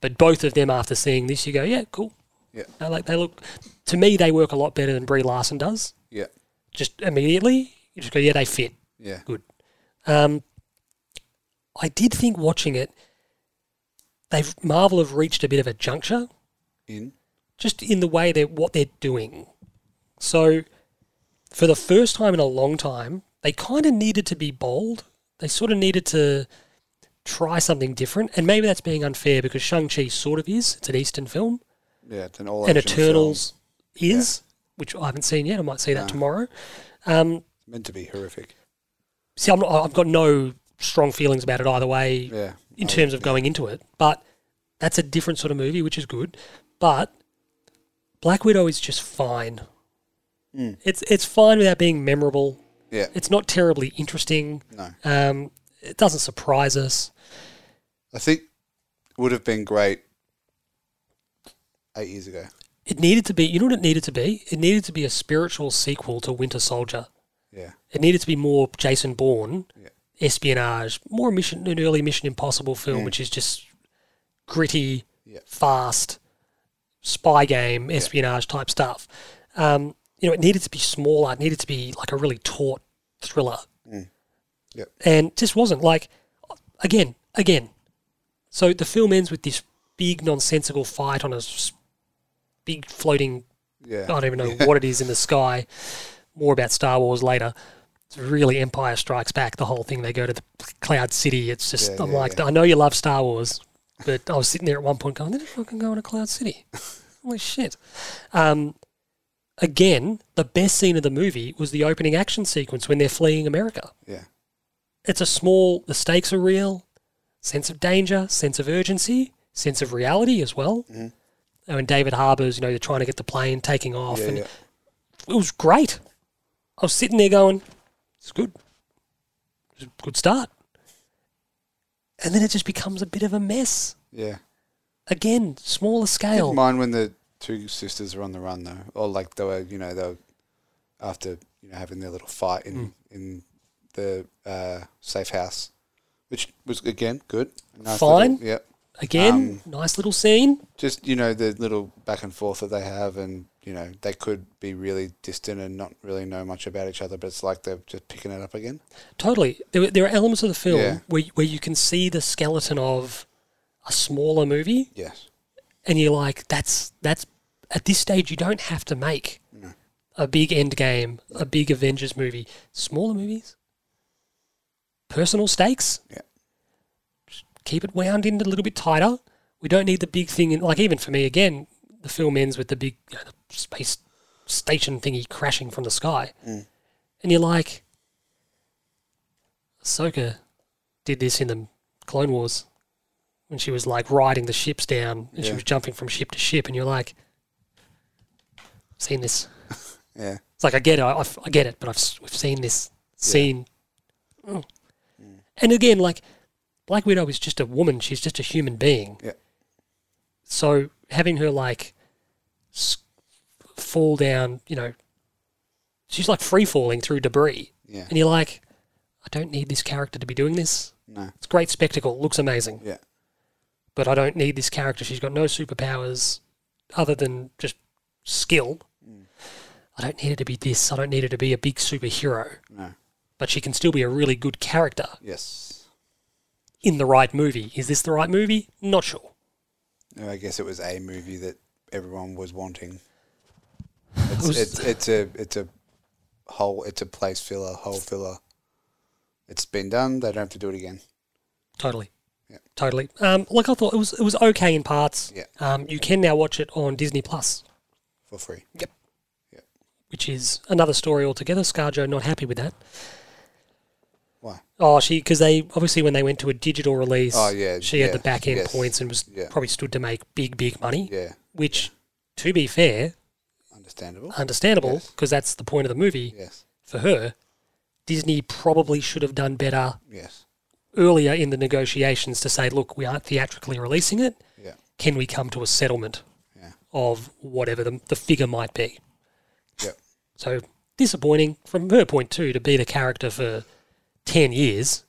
But both of them, after seeing this, you go, yeah, cool. Yeah. I like they look to me they work a lot better than Brie Larson does. Yeah. Just immediately, you just go, yeah, they fit. Yeah. Good. Um, I did think watching it, they've Marvel have reached a bit of a juncture In. just in the way that what they're doing. So, for the first time in a long time, they kind of needed to be bold. They sort of needed to try something different, and maybe that's being unfair because Shang Chi sort of is. It's an Eastern film, Yeah. It's an all and action Eternals is, which I haven't seen yet. I might see that tomorrow. Um, film. meant to be horrific. See, I'm not, I've got no strong feelings about it either way. Yeah. in terms of going into it. But that's a different sort of movie, which is good. But Black Widow is just fine. It's it's fine without being memorable. Yeah. It's not terribly interesting. No. Um, it doesn't surprise us. I think it would have been great eight years ago. It needed to be. You know what it needed to be? It needed to be a spiritual sequel to Winter Soldier. Yeah. It needed to be more Jason Bourne, Yeah. espionage, more mission, an early Mission Impossible film, which is just gritty, Yeah. fast, spy game, espionage type stuff. Um, you know, it needed to be smaller. It needed to be like a really taut thriller, Mm. Yep. and just wasn't. Like again, again. So the film ends with this big nonsensical fight on a s- big floating Yeah. I don't even know what it is in the sky. More about Star Wars later. It's really Empire Strikes Back, the whole thing. They go to the Cloud City. It's just, Yeah, I'm yeah, like, I know you love Star Wars, but I was sitting there at one point going, they're fucking going to Cloud [laughs] City. Holy shit. Um, again, the best scene of the movie was the opening action sequence when they're fleeing America. Yeah. It's a small, the stakes are real, sense of danger, sense of urgency, sense of reality as well. Mm-hmm. Oh, And when David Harbour's, you know, they're trying to get the plane taking off Yeah. and Yeah. it was great. I was sitting there going, it's good. It's a good start. And then it just becomes a bit of a mess. yeah. Again, smaller Didn't scale. mind when the two sisters were on the run though, or like they were, you know, they were after you know having their little fight in Mm. in the uh, safe house, which was again good. Nice Fine. Little, yep. Again, nice little scene. Just you know the little back and forth that they have, and you know they could be really distant and not really know much about each other, but it's like they're just picking it up again. Totally. There, were- there are elements of the film Yeah. where, where you can see the skeleton of a smaller movie, Yes. and you're like, that's, that's, at this stage, you don't have to make a big end game, a big Avengers movie. Smaller movies, personal stakes, Yeah. keep it wound in a little bit tighter. We don't need the big thing. In, like even for me, again, the film ends with the big you know, the space station thingy crashing from the sky, and you're like, Ahsoka did this in the Clone Wars when she was like riding the ships down and she Yeah. was jumping from ship to ship, and you're like, seen this. Yeah. It's like I get it, I, I've- I get it, but I've s- we've seen this scene. Mm. And again, like Black Widow is just a woman; she's just a human being. Yeah. So having her like s- fall down, you know, she's like free falling through debris, Yeah. and you're like, I don't need this character to be doing this. No. It's a great spectacle, looks amazing, Yeah. but I don't need this character. She's got no superpowers other than just skill. Mm. I don't need her to be this. I don't need her to be a big superhero. No. But she can still be a really good character Yes. in the right movie. Is this the right movie? Not sure. No, I guess it was a movie that everyone was wanting. It's, was- it's, it's a it's a whole it's a place filler, hole filler. It's been done. They don't have to do it again. Totally. Yeah. Totally. Um, like I thought, it was it was okay in parts. Yeah. Um, you can now watch it on Disney Plus, for free. Yep. Yep. which is another story altogether. ScarJo not happy with that. Why? Oh, she because they obviously when they went to a digital release, Oh, yeah, she yeah, had the back end yes, points and was yeah. probably stood to make big big money. Yeah, Which, to be fair, understandable. Uh, understandable Yes. because that's the point of the movie yes, for her. Disney probably should have done better yes, earlier in the negotiations to say, look, we aren't theatrically releasing it. yeah, Can we come to a settlement yeah, of whatever the, the figure might be? yep, So disappointing from her point too to be the character for ten years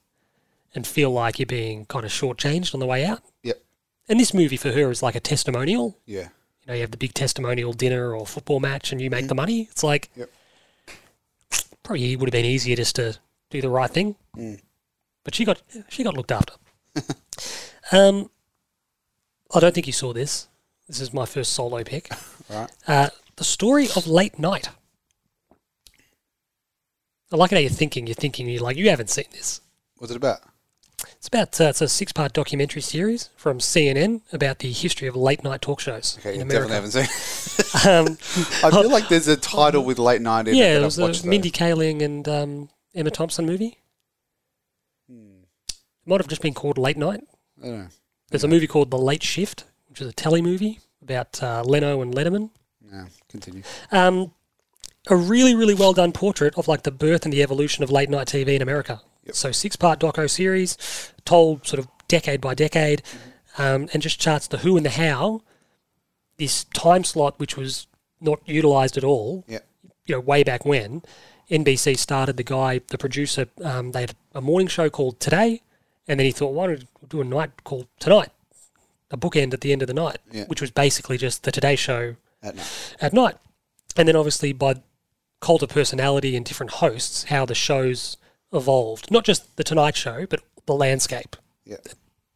and feel like you're being kind of shortchanged on the way out. Yep. And this movie for her is like a testimonial. Yeah. You know, you have the big testimonial dinner or football match and you make the money. It's like Mm-hmm. Yep. probably it would have been easier just to do the right thing. Mm. But she got she got looked [laughs] after. um, I don't think you saw this. This is my first solo pick. Right. Uh, the story of late night. I like it how you're thinking. You're thinking. You're like you haven't seen this. What's it about? It's about uh, it's a six part documentary series from CNN about the history of late night talk shows Okay, in you America. definitely haven't seen. [laughs] Um, I feel like there's a title with late night in it yeah, that it I've was watched. a though. Mindy Kaling and um, Emma Thompson movie. Hmm. It might have just been called Late Night. I don't know. There's a movie called The Late Shift, which is a telly movie about uh, Leno and Letterman. No, continue. Um, a really, really well done portrait of like the birth and the evolution of late night TV in America. So six part doco series, told sort of decade by decade, Mm-hmm. um, and just charts the who and the how. This time slot, which was not utilized at all, Yep. you know, way back when NBC started the guy, the producer, um, they had a morning show called Today, and then he thought, why don't we do a night called Tonight, a bookend at the end of the night, Yeah. which was basically just the Today Show At night. at night. And then obviously by cult of personality and different hosts, how the shows evolved. Not just the Tonight Show, but the landscape. Yeah.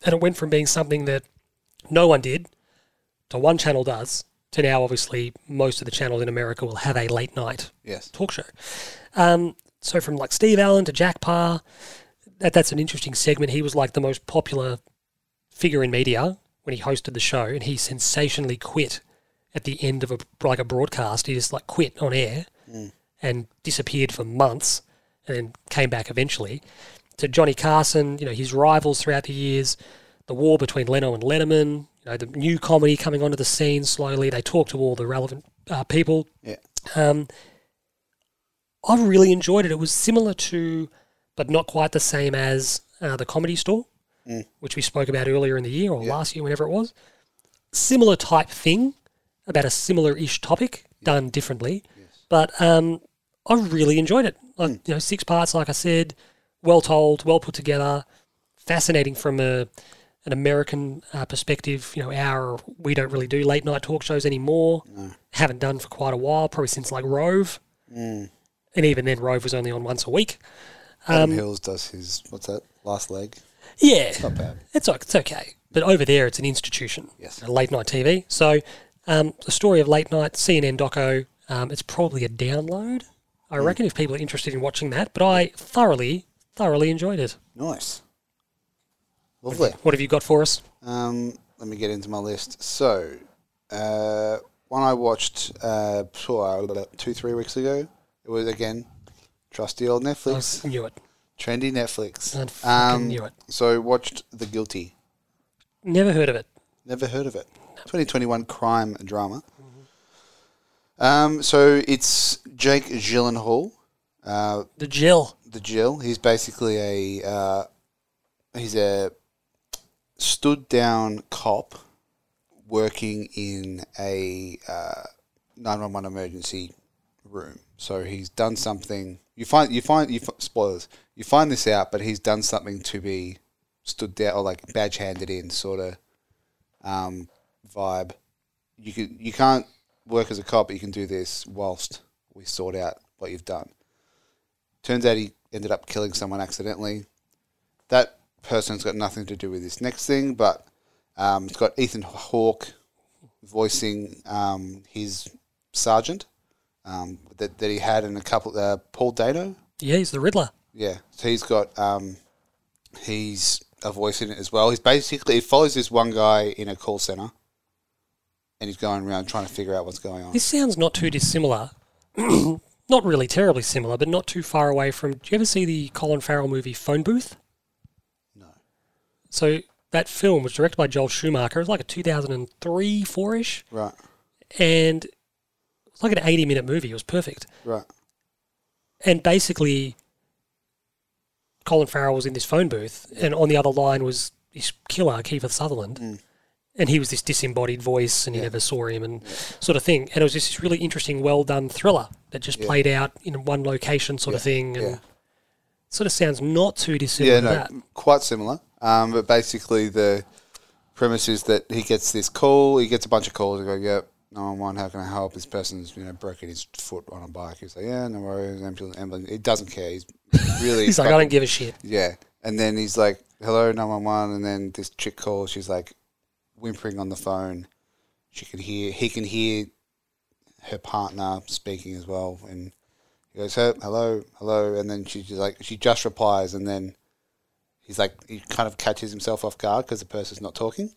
And it went from being something that no one did to one channel does to now obviously most of the channels in America will have a late night Yes. talk show. Um, so from like Steve Allen to Jack Parr, that, that's an interesting segment. He was like the most popular figure in media when he hosted the show, and he sensationally quit at the end of a like a broadcast. He just like quit on air and disappeared for months, and then came back eventually. To Johnny Carson, you know his rivals throughout the years, the war between Leno and Letterman, you know the new comedy coming onto the scene slowly. They talk to all the relevant uh, people. Yeah. Um, I really enjoyed it. It was similar to, but not quite the same as uh, the Comedy Store, which we spoke about earlier in the year or last year, whenever it was. Similar type thing about a similar ish topic done differently, but um, I really enjoyed it. Like, You know, six parts, like I said, well told, well put together, fascinating from a an American uh, perspective. You know, our we don't really do late night talk shows anymore. Haven't done for quite a while, probably since like Rove and even then Rove was only on once a week. Adam Um, Hills does his what's that? Last leg. Yeah, Not bad. it's o- it's okay, but over there it's an institution. Yes. a late night TV. So um, the story of late night CNN doco. Um, it's probably a download, I Hmm. reckon, if people are interested in watching that. But I thoroughly, thoroughly enjoyed it. Nice. Lovely. What have you got for us? Um, let me get into my list. So, uh, one I watched uh, two, three weeks ago. It was again trusty old I Netflix, knew it. trendy Netflix. I fucking Um, knew it. So watched The Guilty. Never heard of it. Never heard of it. 2021 crime drama. Mm-hmm. Um, so it's Jake Gyllenhaal, uh, The Jill. the Jill. He's basically a uh, he's a stood down cop working in a uh, nine one one emergency room. So he's done something. You find you find you fi- spoilers. You find this out, but he's done something to be stood down or like badge handed in sort of um, vibe. You could you can't work as a cop, but you can do this whilst we sort out what you've done. Turns out he ended up killing someone accidentally. That person's got nothing to do with this next thing, but um, it's got Ethan Hawke voicing um, his sergeant um, that, that he had in a couple. Uh, Paul Dano, Yeah, he's the Riddler. yeah. So he's got um, he's a voice in it as well. He's basically he follows this one guy in a call center, and he's going around trying to figure out what's going on. This sounds not too dissimilar. [clears throat] not really terribly similar, but not too far away from. Do you ever see the Colin Farrell movie Phone Booth? No. So that film was directed by Joel Schumacher. It was like a 2003, 4 ish. Right, And it was like an 80 minute movie. It was perfect. right, And basically, Colin Farrell was in this phone booth, and on the other line was this killer, Kiefer Sutherland. Hmm. And he was this disembodied voice, and you never saw him, and sort of thing. And it was just this really interesting, well done thriller that just played out in one location, sort of thing. And yeah. Sort of sounds not too dissimilar Yeah, to no, that. quite similar. Um, but basically, the premise is that he gets this call. He gets a bunch of calls. He goes, "Yep, nine one one. How can I help? This person's you know broken his foot on a bike." He's like, "Yeah, no worries." Ambulance. ambulance. He doesn't care. He's [laughs] really. He's like, I fucking- don't give a shit. Yeah, and then he's like, "Hello, nine one one." And then this chick calls. She's like, whimpering on the phone. She can hear. He can hear her partner speaking as well, and he goes, "Her- "Hello, hello." And then she just like she just replies, and then he's like he kind of catches himself off guard because the person's not talking,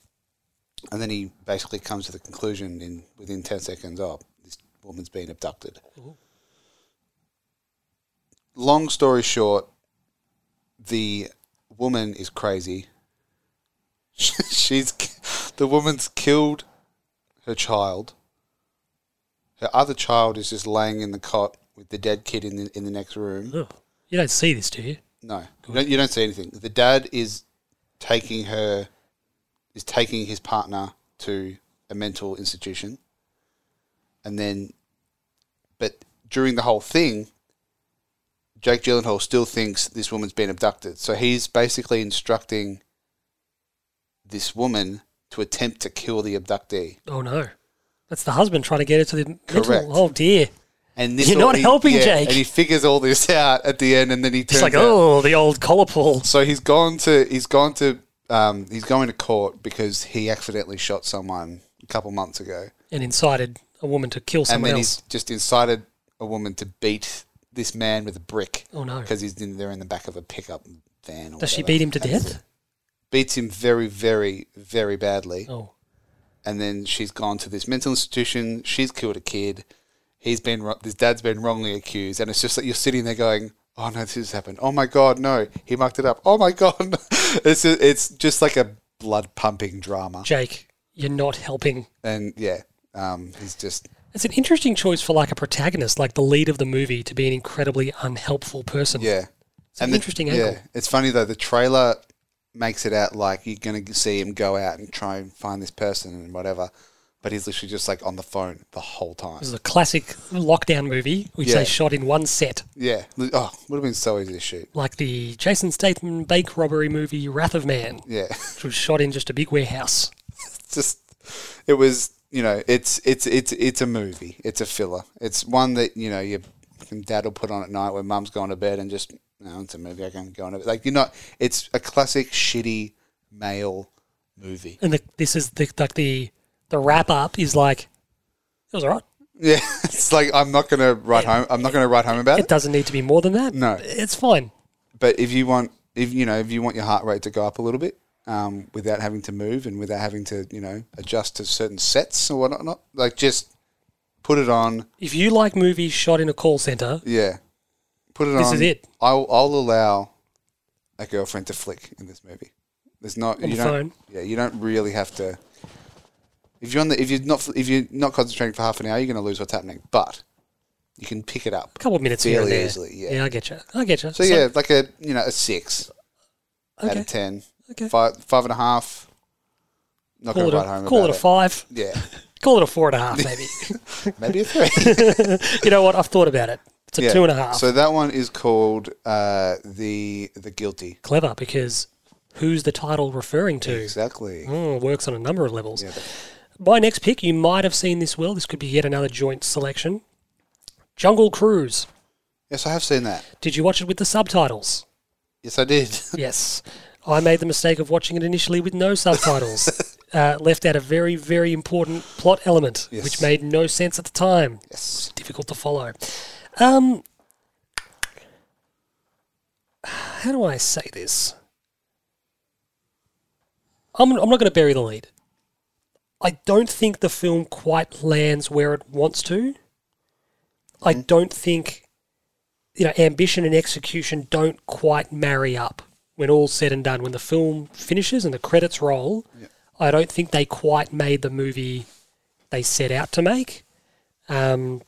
and then he basically comes to the conclusion in within ten seconds, "Oh, this woman's been abducted." Long story short, the woman is crazy. [laughs] She's the woman's killed her child. Her other child is just laying in the cot with the dead kid in the in the next room. Ugh. You don't see this, do you? No, you don't, you don't see anything. The dad is taking her, is taking his partner to a mental institution, and then, but during the whole thing, Jake Gyllenhaal still thinks this woman's been abducted. So he's basically instructing this woman to attempt to kill the abductee. Oh no, that's the husband trying to get her to the Correct. mental. Oh dear. And this You're all- not helping, Jake. And he figures all this [laughs] out at the end, and then he It's turns like, out- oh, the old collar pull. So he's gone to he's gone to um, he's going to court because he accidentally shot someone a couple months ago, and incited a woman to kill and someone then else. he's just incited a woman to beat this man with a brick. Oh, no. Because he's in there in the back of a pickup van. Or Does she whatever. beat him to And death? Beats him very, very, very badly, Oh, and then she's gone to this mental institution. She's killed a kid. He's been wro- his dad's been wrongly accused, and it's just that you're sitting there going, "Oh no, this has happened. Oh my god, no, he mucked it up. Oh my god, no." [laughs] it's ju- it's just like a blood pumping drama." Jake, you're not helping. And yeah, um, he's just It's an interesting choice for like a protagonist, like the lead of the movie, to be an incredibly unhelpful person. yeah, It's an the- interesting Yeah, angle. it's funny though. The trailer makes it out like you're gonna g- see him go out and try and find this person and whatever, but he's literally just like on the phone the whole time. This is a classic lockdown movie, which Yeah. they shot in one set, Yeah, li- oh, would have been so easy to shoot. like the Jason Statham bank robbery movie Wrath of Man, Yeah. [laughs] which was shot in just a big warehouse. just it was you know it's it's it's it's a movie it's a filler it's one that you know your fucking dad will put on at night when mum's gone to bed and just no it's a movie I can go on it like you're not it's a classic shitty male [laughs] movie And the, this is the, like the the wrap up is like it was all right. yeah [laughs] it's like I'm not gonna write home I'm not gonna write home about It it doesn't need to be more than that. No. it's fine. but if you want if you know if you want your heart rate to go up a little bit um, without having to move and without having to you know adjust to certain sets or whatnot like just put it on If you like movies shot in a call center, Yeah. Put it This on. is it. I'll, I'll allow a girlfriend to flick in this movie. There's not On you the don't phone. yeah you don't really have to. If you're on the if you're not if you're not concentrating for half an hour, you're going to lose what's happening. But you can pick it up. a couple of minutes here and Fairly there. easily, yeah. I get you. I get you. So yeah, like a you know a six out okay. of ten, Okay. five five and a half. Not Call going it to write home a call it about a five. Yeah, Call it a four and a half, [laughs] maybe. [laughs] maybe a three. you know what? I've thought about it. It's a Yeah. two and a half. So that one is called uh, the the guilty. Clever, because who's the title referring to? Exactly. Mm, works on a number of levels. Yeah, My next pick, you might have seen this. Will this could be yet another joint selection? Jungle Cruise. Yes, I have seen that. Did you watch it with the [laughs] subtitles? Yes, [laughs] I did. Yes. I made the mistake of watching it initially with no [laughs] subtitles. uh, left out a very, very important plot element, Yes. which made no sense at the time. Yes. Difficult to follow. Um, how do I say this? I'm, I'm not going to bury the lead. I don't think the film quite lands where it wants to. I don't think you know, ambition and execution don't quite marry up when all's said and done. When the film finishes and the credits roll, I don't think they quite made the movie they set out to make. Um,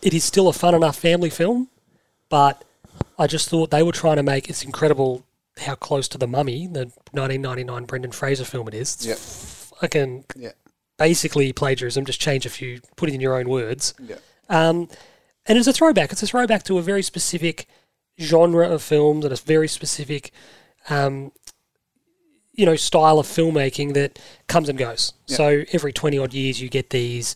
it is still a fun enough family film, but I just thought they were trying to make it's incredible how close to the Mummy, the 1999 Brendan Fraser film, it is. It's Yep. fucking Yeah. basically plagiarism. Just change a few, put it in your own words. Yeah. Um, and it's a throwback. It's a throwback to a very specific genre of films and a very specific, um, you know, style of filmmaking that comes and goes. So every twenty odd years, you get these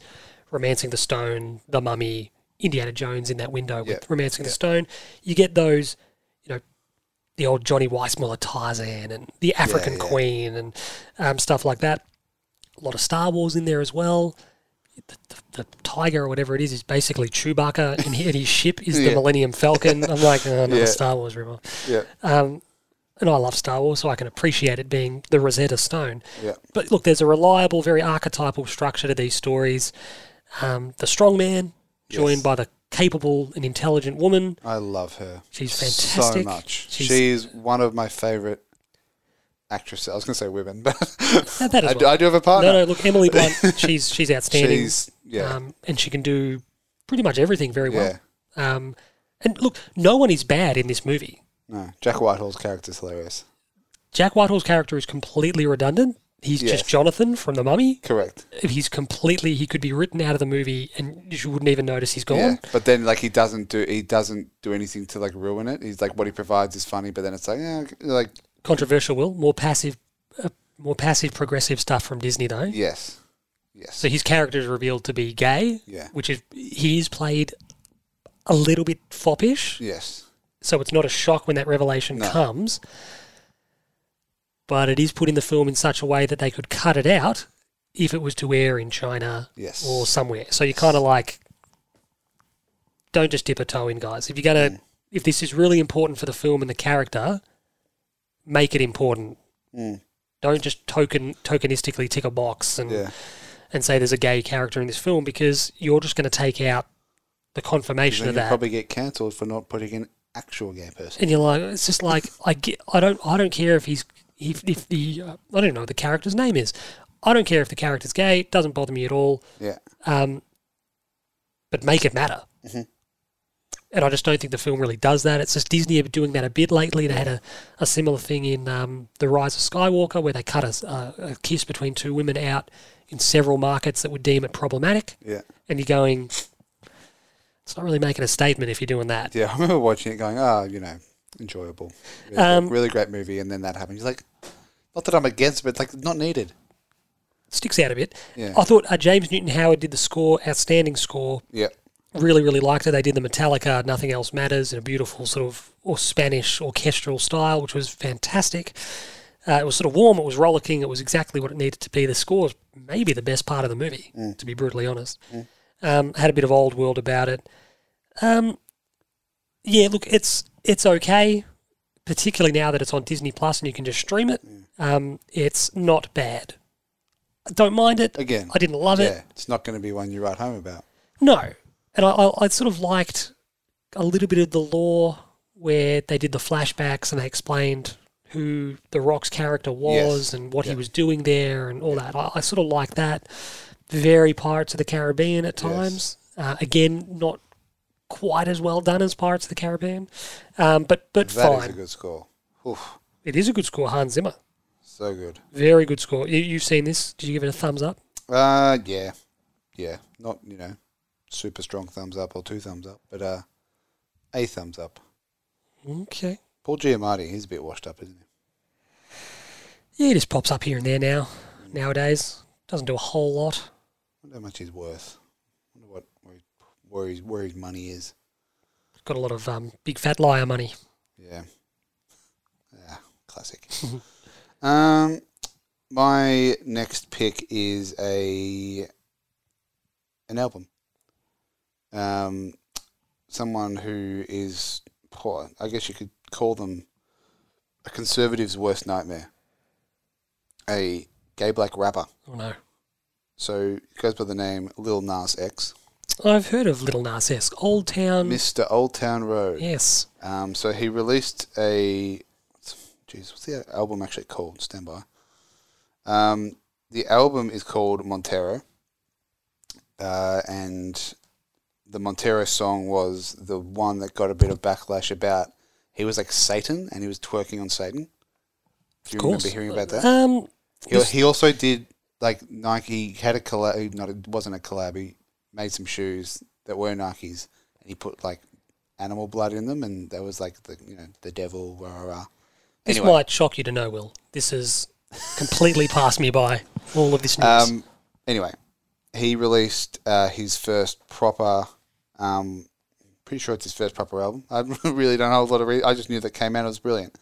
romancing the stone, the mummy, Indiana Jones in that window with Yeah. romancing the stone. You get those, you know, the old Johnny Weissmuller Tarzan and the African yeah. Queen and um, stuff like that. A lot of Star Wars in there as well the tiger or whatever it is is basically Chewbacca, and, he, and his ship is the Yeah. Millennium Falcon. I'm like, oh, another Yeah. Star Wars ripoff. Yeah. Um, and I love Star Wars, so I can appreciate it being the Rosetta Stone. Yeah. But look, there's a reliable, very archetypal structure to these stories. Um, the strong man, joined Yes. by the capable and intelligent woman. I love her. She's fantastic. So much. She's- She's, one of my favorite actresses. I was going to say women, [laughs] but Now that I, as do, well. I do have a no, partner. no, look, Emily [laughs] Blunt, she's she's outstanding. she's yeah, um, and she can do pretty much everything very well. yeah. Um, and look, no one is bad in this movie. No, Jack Whitehall's character's hilarious. Jack Whitehall's character is completely redundant. He's Yes. just Jonathan from The Mummy. Correct. He's completely, he could be written out of the movie and you wouldn't even notice he's gone. Yeah, but then like he doesn't do he doesn't do anything to like ruin it. He's like what he provides is funny, but then it's like yeah, like Controversial, Will. More passive, uh, more passive progressive stuff from Disney, though. yes, yes, So his character is revealed to be gay, Yeah. which is, he is played a little bit foppish. yes, So it's not a shock when that revelation No. comes. But it is put in the film in such a way that they could cut it out if it was to air in China yes. or somewhere. So you're kind of like, don't just dip a toe in, guys. If you're gonna, Mm. if this is really important for the film and the character, make it important. Mm. Don't just token tokenistically tick a box and Yeah, and say there's a gay character in this film because you're just going to take out the confirmation then of you that. probably get cancelled for not putting an actual gay person. and you're like, it's just like I get, I don't, I don't care if he's, if, if the, uh, I don't know what the character's name is. I don't care if the character's gay. It doesn't bother me at all. Yeah, um, but make it matter. Mhm. And I just don't think the film really does that. It's just Disney have been doing that a bit lately. They had a, a similar thing in um, The Rise of Skywalker where they cut a s- a, a kiss between two women out in several markets that would deem it problematic. yeah, And you're going, it's not really making a statement if you're doing that. yeah. [laughs] I remember watching it, going, ah, you know, enjoyable, really, Um, really great movie, and then that happened. He's like, not that I'm against, but it's like not needed. Sticks out a bit. Yeah. I thought uh, James Newton Howard did the score, outstanding score. Yeah, really, really liked it. They did the Metallica Nothing Else Matters in a beautiful sort of or Spanish orchestral style, which was fantastic. Uh, it was sort of warm, it was rollicking, it was exactly what it needed to be. The score is maybe the best part of the movie, Mm. to be brutally honest. Um, had a bit of old world about it. Um, yeah, look, it's it's okay, particularly now that it's on Disney Plus and you can just stream it. Mm. Um, it's not bad. I don't mind it. again, I didn't love it. yeah, it's not going to be one you write home about. No, and I, I, I sort of liked a little bit of the lore where they did the flashbacks and they explained who the Rock's character was Yes. and what Yeah. he was doing there and all that. I, I sort of like that. Very Pirates of the Caribbean at times. Uh, again, not quite as well done as Pirates of the Caribbean, um, but but That is fine. a good score. Oof, it is a good score. Hans Zimmer, so good. very good score. You, you've seen this? Did you give it a thumbs up? Uh yeah. Yeah. Not, you know, super strong thumbs up or two thumbs up, but uh a thumbs up. Okay. Paul Giamatti, he's a bit washed up, isn't he? Yeah, it just pops up here and there now. Nowadays, doesn't do a whole lot. wonder how much he's worth. wonder what where, he- where his where his money is. got a lot of um, big fat liar money. Yeah. Yeah, classic. [laughs] um my next pick is a an album. Um someone who is poor. I guess you could call them a conservative's worst nightmare. A gay black rapper. Oh no, So it goes by the name Lil Nas X. I've heard of Little Nas X, Old Town. Mr. Old Town Road. Yes, Um, so he released a, jeez, what's the album actually called? Stand by. Um, the album is called Montero, uh, and the Montero song was the one that got a bit of backlash about. He was like Satan, and he was twerking on Satan. Do of you course. remember hearing about that? Um, He, he also did like Nike had a collab. Not it wasn't a collab. He made some shoes that were Nikes, and he put like animal blood in them, and there was like the you know the devil. Rah, rah, rah. This Anyway. might shock you to know, Will. This has completely passed me by all of this news. Um, anyway, he released uh, his first proper. Um, pretty sure it's his first proper album. [laughs] I really don't hold a lot of. Re- I just knew that came out. It was brilliant.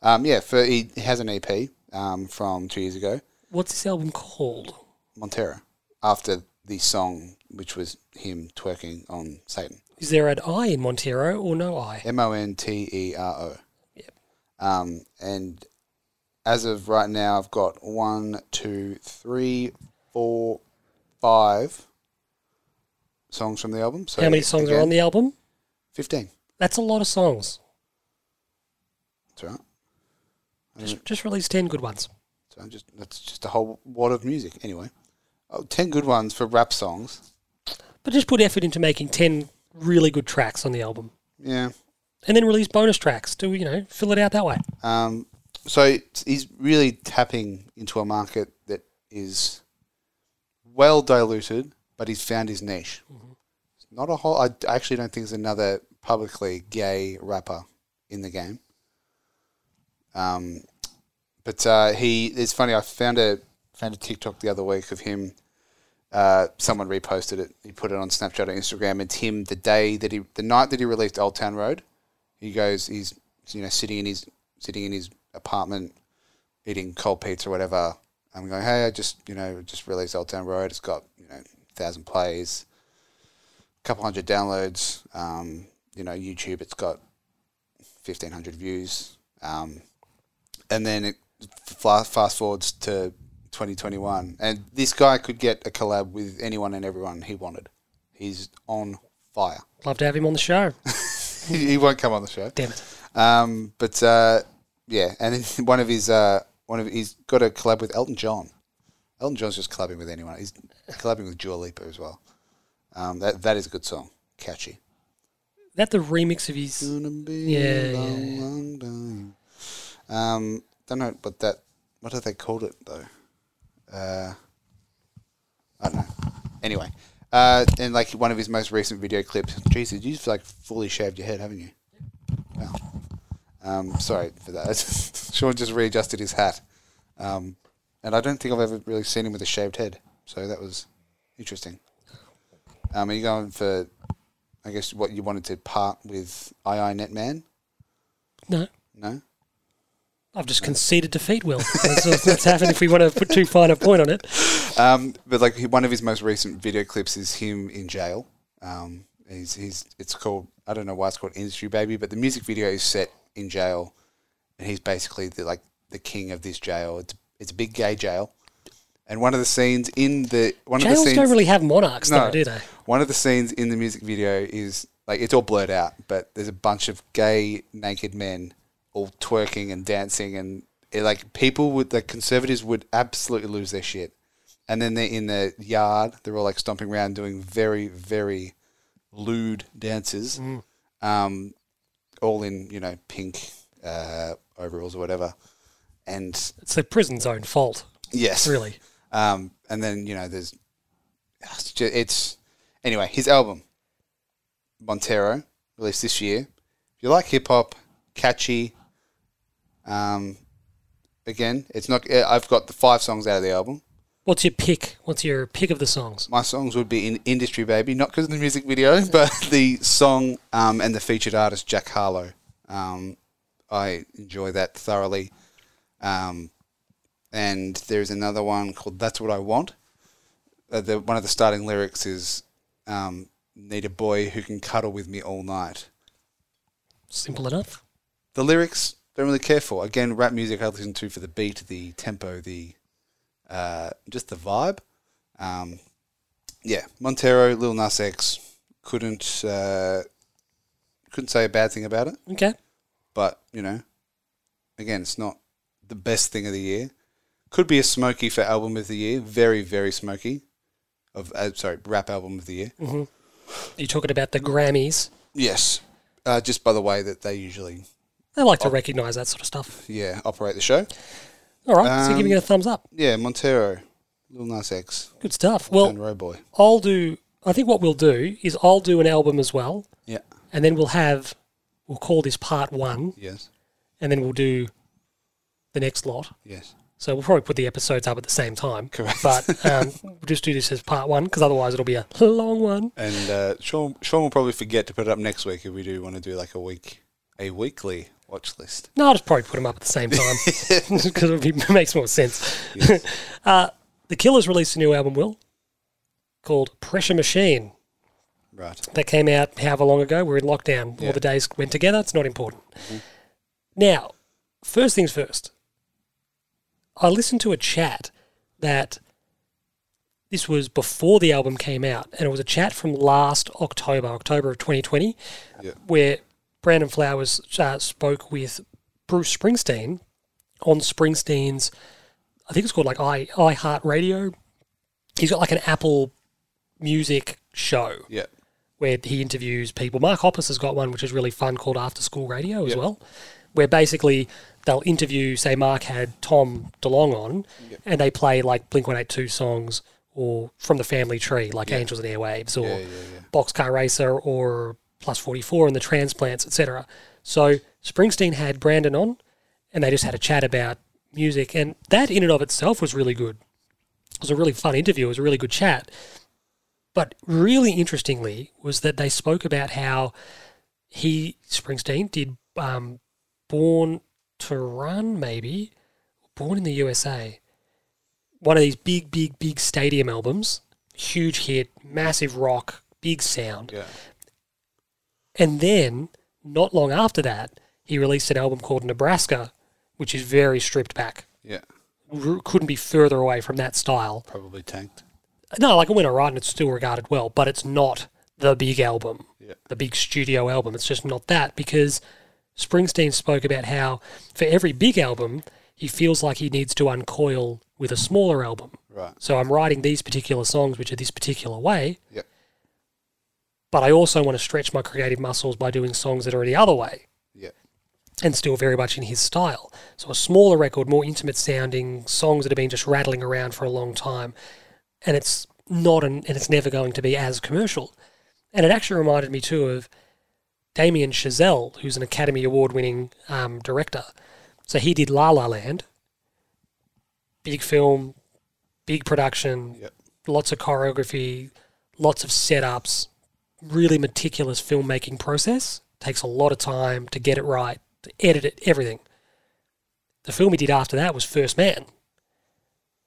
Um, yeah, for he has an EP um, from two years ago, What's this album called? Montero, after the song which was him twerking on Satan. Is there an I in Montero or no I? M O N T E R O. Yep. Um, and as of right now, I've got one, two, three, four, five songs from the album. So How many songs are on the album? Fifteen. That's a lot of songs. Mm. That's all right. Just, just release 10 good ones. So I'm just that's just a whole wad of music. Anyway, oh, ten good ones for rap songs. But just put effort into making 10 really good tracks on the album. Yeah. And then release bonus tracks to, you know, fill it out that way. Um, so it's- he's really tapping into a market that is well diluted, but he's found his niche. It's Not a whole. I d- actually don't think there's another publicly gay rapper in the game. Um, but uh, he. It's funny. I found a found a TikTok the other week of him. Uh, someone reposted it. He put it on Snapchat or Instagram. It's him the day that he, the night that he released Old Town Road. He goes, he's you know sitting in his sitting in his apartment, eating cold pizza or whatever. I'm going, hey, I just you know just released Old Town Road. It's got you know thousand plays, a couple hundred downloads. Um, you know YouTube, it's got fifteen hundred views. Um, and then it fa- fast forwards to 2021, and this guy could get a collab with anyone and everyone he wanted. He's on fire. [laughs] Love to have him on the show. he he won't come on the show. Damn it. Um, but uh, yeah, and [laughs] it's one of his uh, one of he's got a collab with Elton John. Elton John's just collabing with anyone. He's collabing with Dua Lipa as well. Um, that that is a good song, catchy. That the remix of his. Gonna be Yeah, a yeah, long, long time. Um, don't know, but that what do they called it though? Uh, I don't know. Anyway, uh, and like one of his most recent video clips. Jesus, you've like fully shaved your head, haven't you? Wow. Um, sorry for that. [laughs] Sean just readjusted his hat, um, and I don't think I've ever really seen him with a shaved head. So that was interesting. Um, are you going for I guess what you wanted to part with II Netman? No. No? I've just conceded defeat, Will. That's what's what's happened if we want to put too fine a point on it. Um, but like he- one of his most recent video clips is him in jail. Um, he's, he's it's called I don't know why it's called Industry Baby, but the music video is set in jail, and he's basically the like the king of this jail. It's it's a big gay jail, and one of the scenes in the one of the Jails scenes don't really have monarchs, though, do they? One of the scenes in the music video is like it's all blurred out, but there's a bunch of gay naked men all twerking and dancing, and it, like people would the conservatives would absolutely lose their shit. And then they're in the yard; they're all like stomping around doing very, very lewd dances, Mm. um, all in you know pink uh, overalls or whatever. And It's the prison's own fault, yes, really. um, and then you know, there's it's, ju- it's anyway his album Montero released this year. If you like hip hop, catchy. Um, again, it's not. eh, I've got the five songs out of the album. What's your pick? What's your pick of the songs? My songs would be in Industry Baby, not because of the music video, but the song um, and the featured artist Jack Harlow. Um, I enjoy that thoroughly. Um, and there's another one called "That's What I Want." Uh, the, one of the starting lyrics is um, "Need a boy who can cuddle with me all night." Simple enough. The lyrics don't really care for. Again, rap music I listen to for the beat, the tempo, the uh, just the vibe. Um, yeah, Montero, Lil Nas X couldn't uh, couldn't say a bad thing about it. Okay. But you know, again, it's not the best thing of the year. Could be a smoky for album of the year. Very, very smoky. Of uh, sorry, rap album of the year. You're talking about the Grammys. Yes, uh, just by the way that they usually They Oh. like to recognise that sort of stuff. yeah operate the show. All right, so giving Um, it a thumbs up. Yeah, Montero, Lil Nas X, Good stuff. Well, and Roboy. I'll do. I think what we'll do is I'll do an album as well, Yeah, and then we'll have we'll call this part one, Yes. and then we'll do the next lot. Yes. So we'll probably put the episodes up at the same time. Correct. But [laughs] um, we'll just do this as part one because otherwise it'll be a long one. And uh, Sean, Sean will probably forget to put it up next week if we do want to do like a week, a weekly watch list. No, I'll just probably put them up at the same [laughs] time because it would be- [laughs] makes more sense. Yes. [laughs] Uh, the Killers released a new album, Will, called Pressure Machine. right. that came out however long ago. We're in lockdown. Yeah. All the days went together. It's not important. Now, first things first, I listened to a chat that this was before the album came out, and it was a chat from last October, October of 2020, Yeah. where Brandon Flowers uh, spoke with Bruce Springsteen on Springsteen's, I think it's called like I, I Heart Radio. He's got like an Apple Music show Yeah. where he interviews people. Mark Hoppus has got one which is really fun called After School Radio as Yep. well, where basically they'll interview, say, Mark had Tom DeLong on, and they play like Blink 182 songs or from the family tree, like Angels and Airwaves or Yeah, yeah, yeah. Boxcar Racer or Plus 44 and the Transplants, etc. So Springsteen had Brandon on, and they just had a chat about music, and that in and of itself was really good. It was a really fun interview. It was a really good chat. But really interestingly was that they spoke about how he Springsteen did um, Born to Run, maybe Born in the USA, one of these big, big, big stadium albums, huge hit, massive rock, big sound, Yeah. and then not long after that he released an album called Nebraska, which is very stripped back. Yeah. R- couldn't be further away from that style. Probably tanked. No, like it went alright and it's still regarded well, but it's not the big album, Yeah. the big studio album. It's just not that because Springsteen spoke about how for every big album, he feels like he needs to uncoil with a smaller album. Right. So I'm writing these particular songs, which are this particular way, Yeah. but I also want to stretch my creative muscles by doing songs that are the other way Yeah. and still very much in his style. So a smaller record, more intimate sounding songs that have been just rattling around for a long time, and it's not an, and it's never going to be as commercial. And it actually reminded me too of Damien Chazelle, who's an Academy Award winning um, director. So he did La La Land, big film, big production, Yep. lots of choreography, lots of setups, really meticulous filmmaking process. Takes a lot of time to get it right, to edit it, everything. The film he did after that was First Man,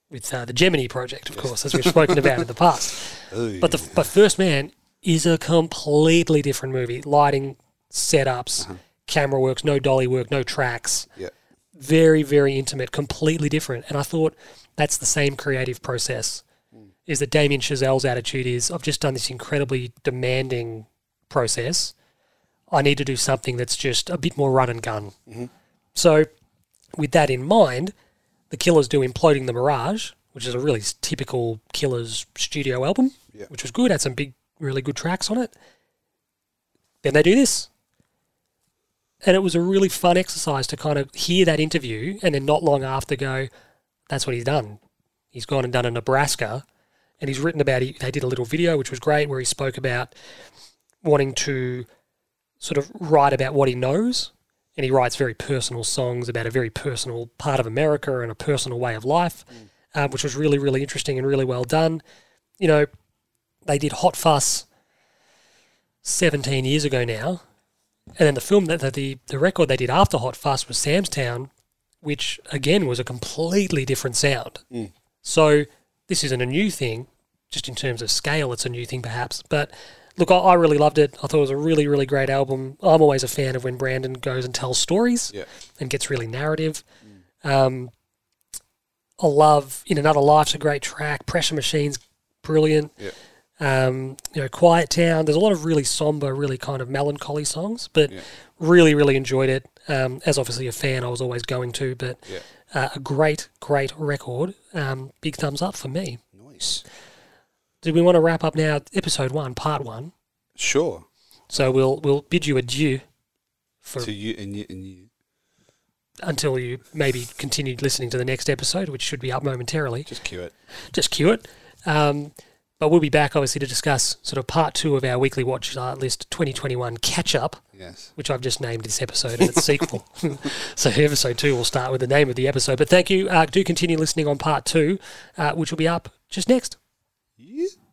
with uh, the Gemini Project, of course, as we've spoken about in the past. Ooh. But the but First Man is a completely different movie. Lighting, setups, camera works, no dolly work, no tracks yeah. very very intimate completely different and i thought that's the same creative process is that damien chazelle's attitude is i've just done this incredibly demanding process i need to do something that's just a bit more run and gun so with that in mind the killers do imploding the mirage which is a really s- typical killers studio album Yeah. which was good had some big really good tracks on it then they do this and it was a really fun exercise to kind of hear that interview and then not long after go, that's what he's done. He's gone and done a Nebraska and he's written about it. They did a little video, which was great, where he spoke about wanting to sort of write about what he knows. And he writes very personal songs about a very personal part of America and a personal way of life, um, which was really, really interesting and really well done. You know, they did Hot Fuss 17 years ago now. And then the film that, that the the record they did after Hot Fuss was Sam's Town, which again was a completely different sound. So this isn't a new thing, just in terms of scale, it's a new thing perhaps. But look, I, I really loved it. I thought it was a really really great album. I'm always a fan of when Brandon goes and tells stories Yeah. and gets really narrative. Um, I love in another life's a great track. Pressure Machines, brilliant. Yeah. Um, you know, Quiet Town. There's a lot of really somber, really kind of melancholy songs, but Yeah. really, really enjoyed it. Um, as obviously a fan, I was always going to, but Yeah. uh, a great, great record. Um, big thumbs up for me. Nice. Do we want to wrap up now? Episode one, part one. Sure. So we'll we'll bid you adieu for To you and you and you. until you maybe continue listening to the next episode, which should be up momentarily. Just cue it. just cue it. Um, But we'll be back, obviously, to discuss sort of part two of our weekly watch uh, list 2021 catch up, Yes. which I've just named this episode and its sequel. so, episode two will start with the name of the episode. But thank you. Uh, do continue listening on part two, uh, which will be up just next. Yeah.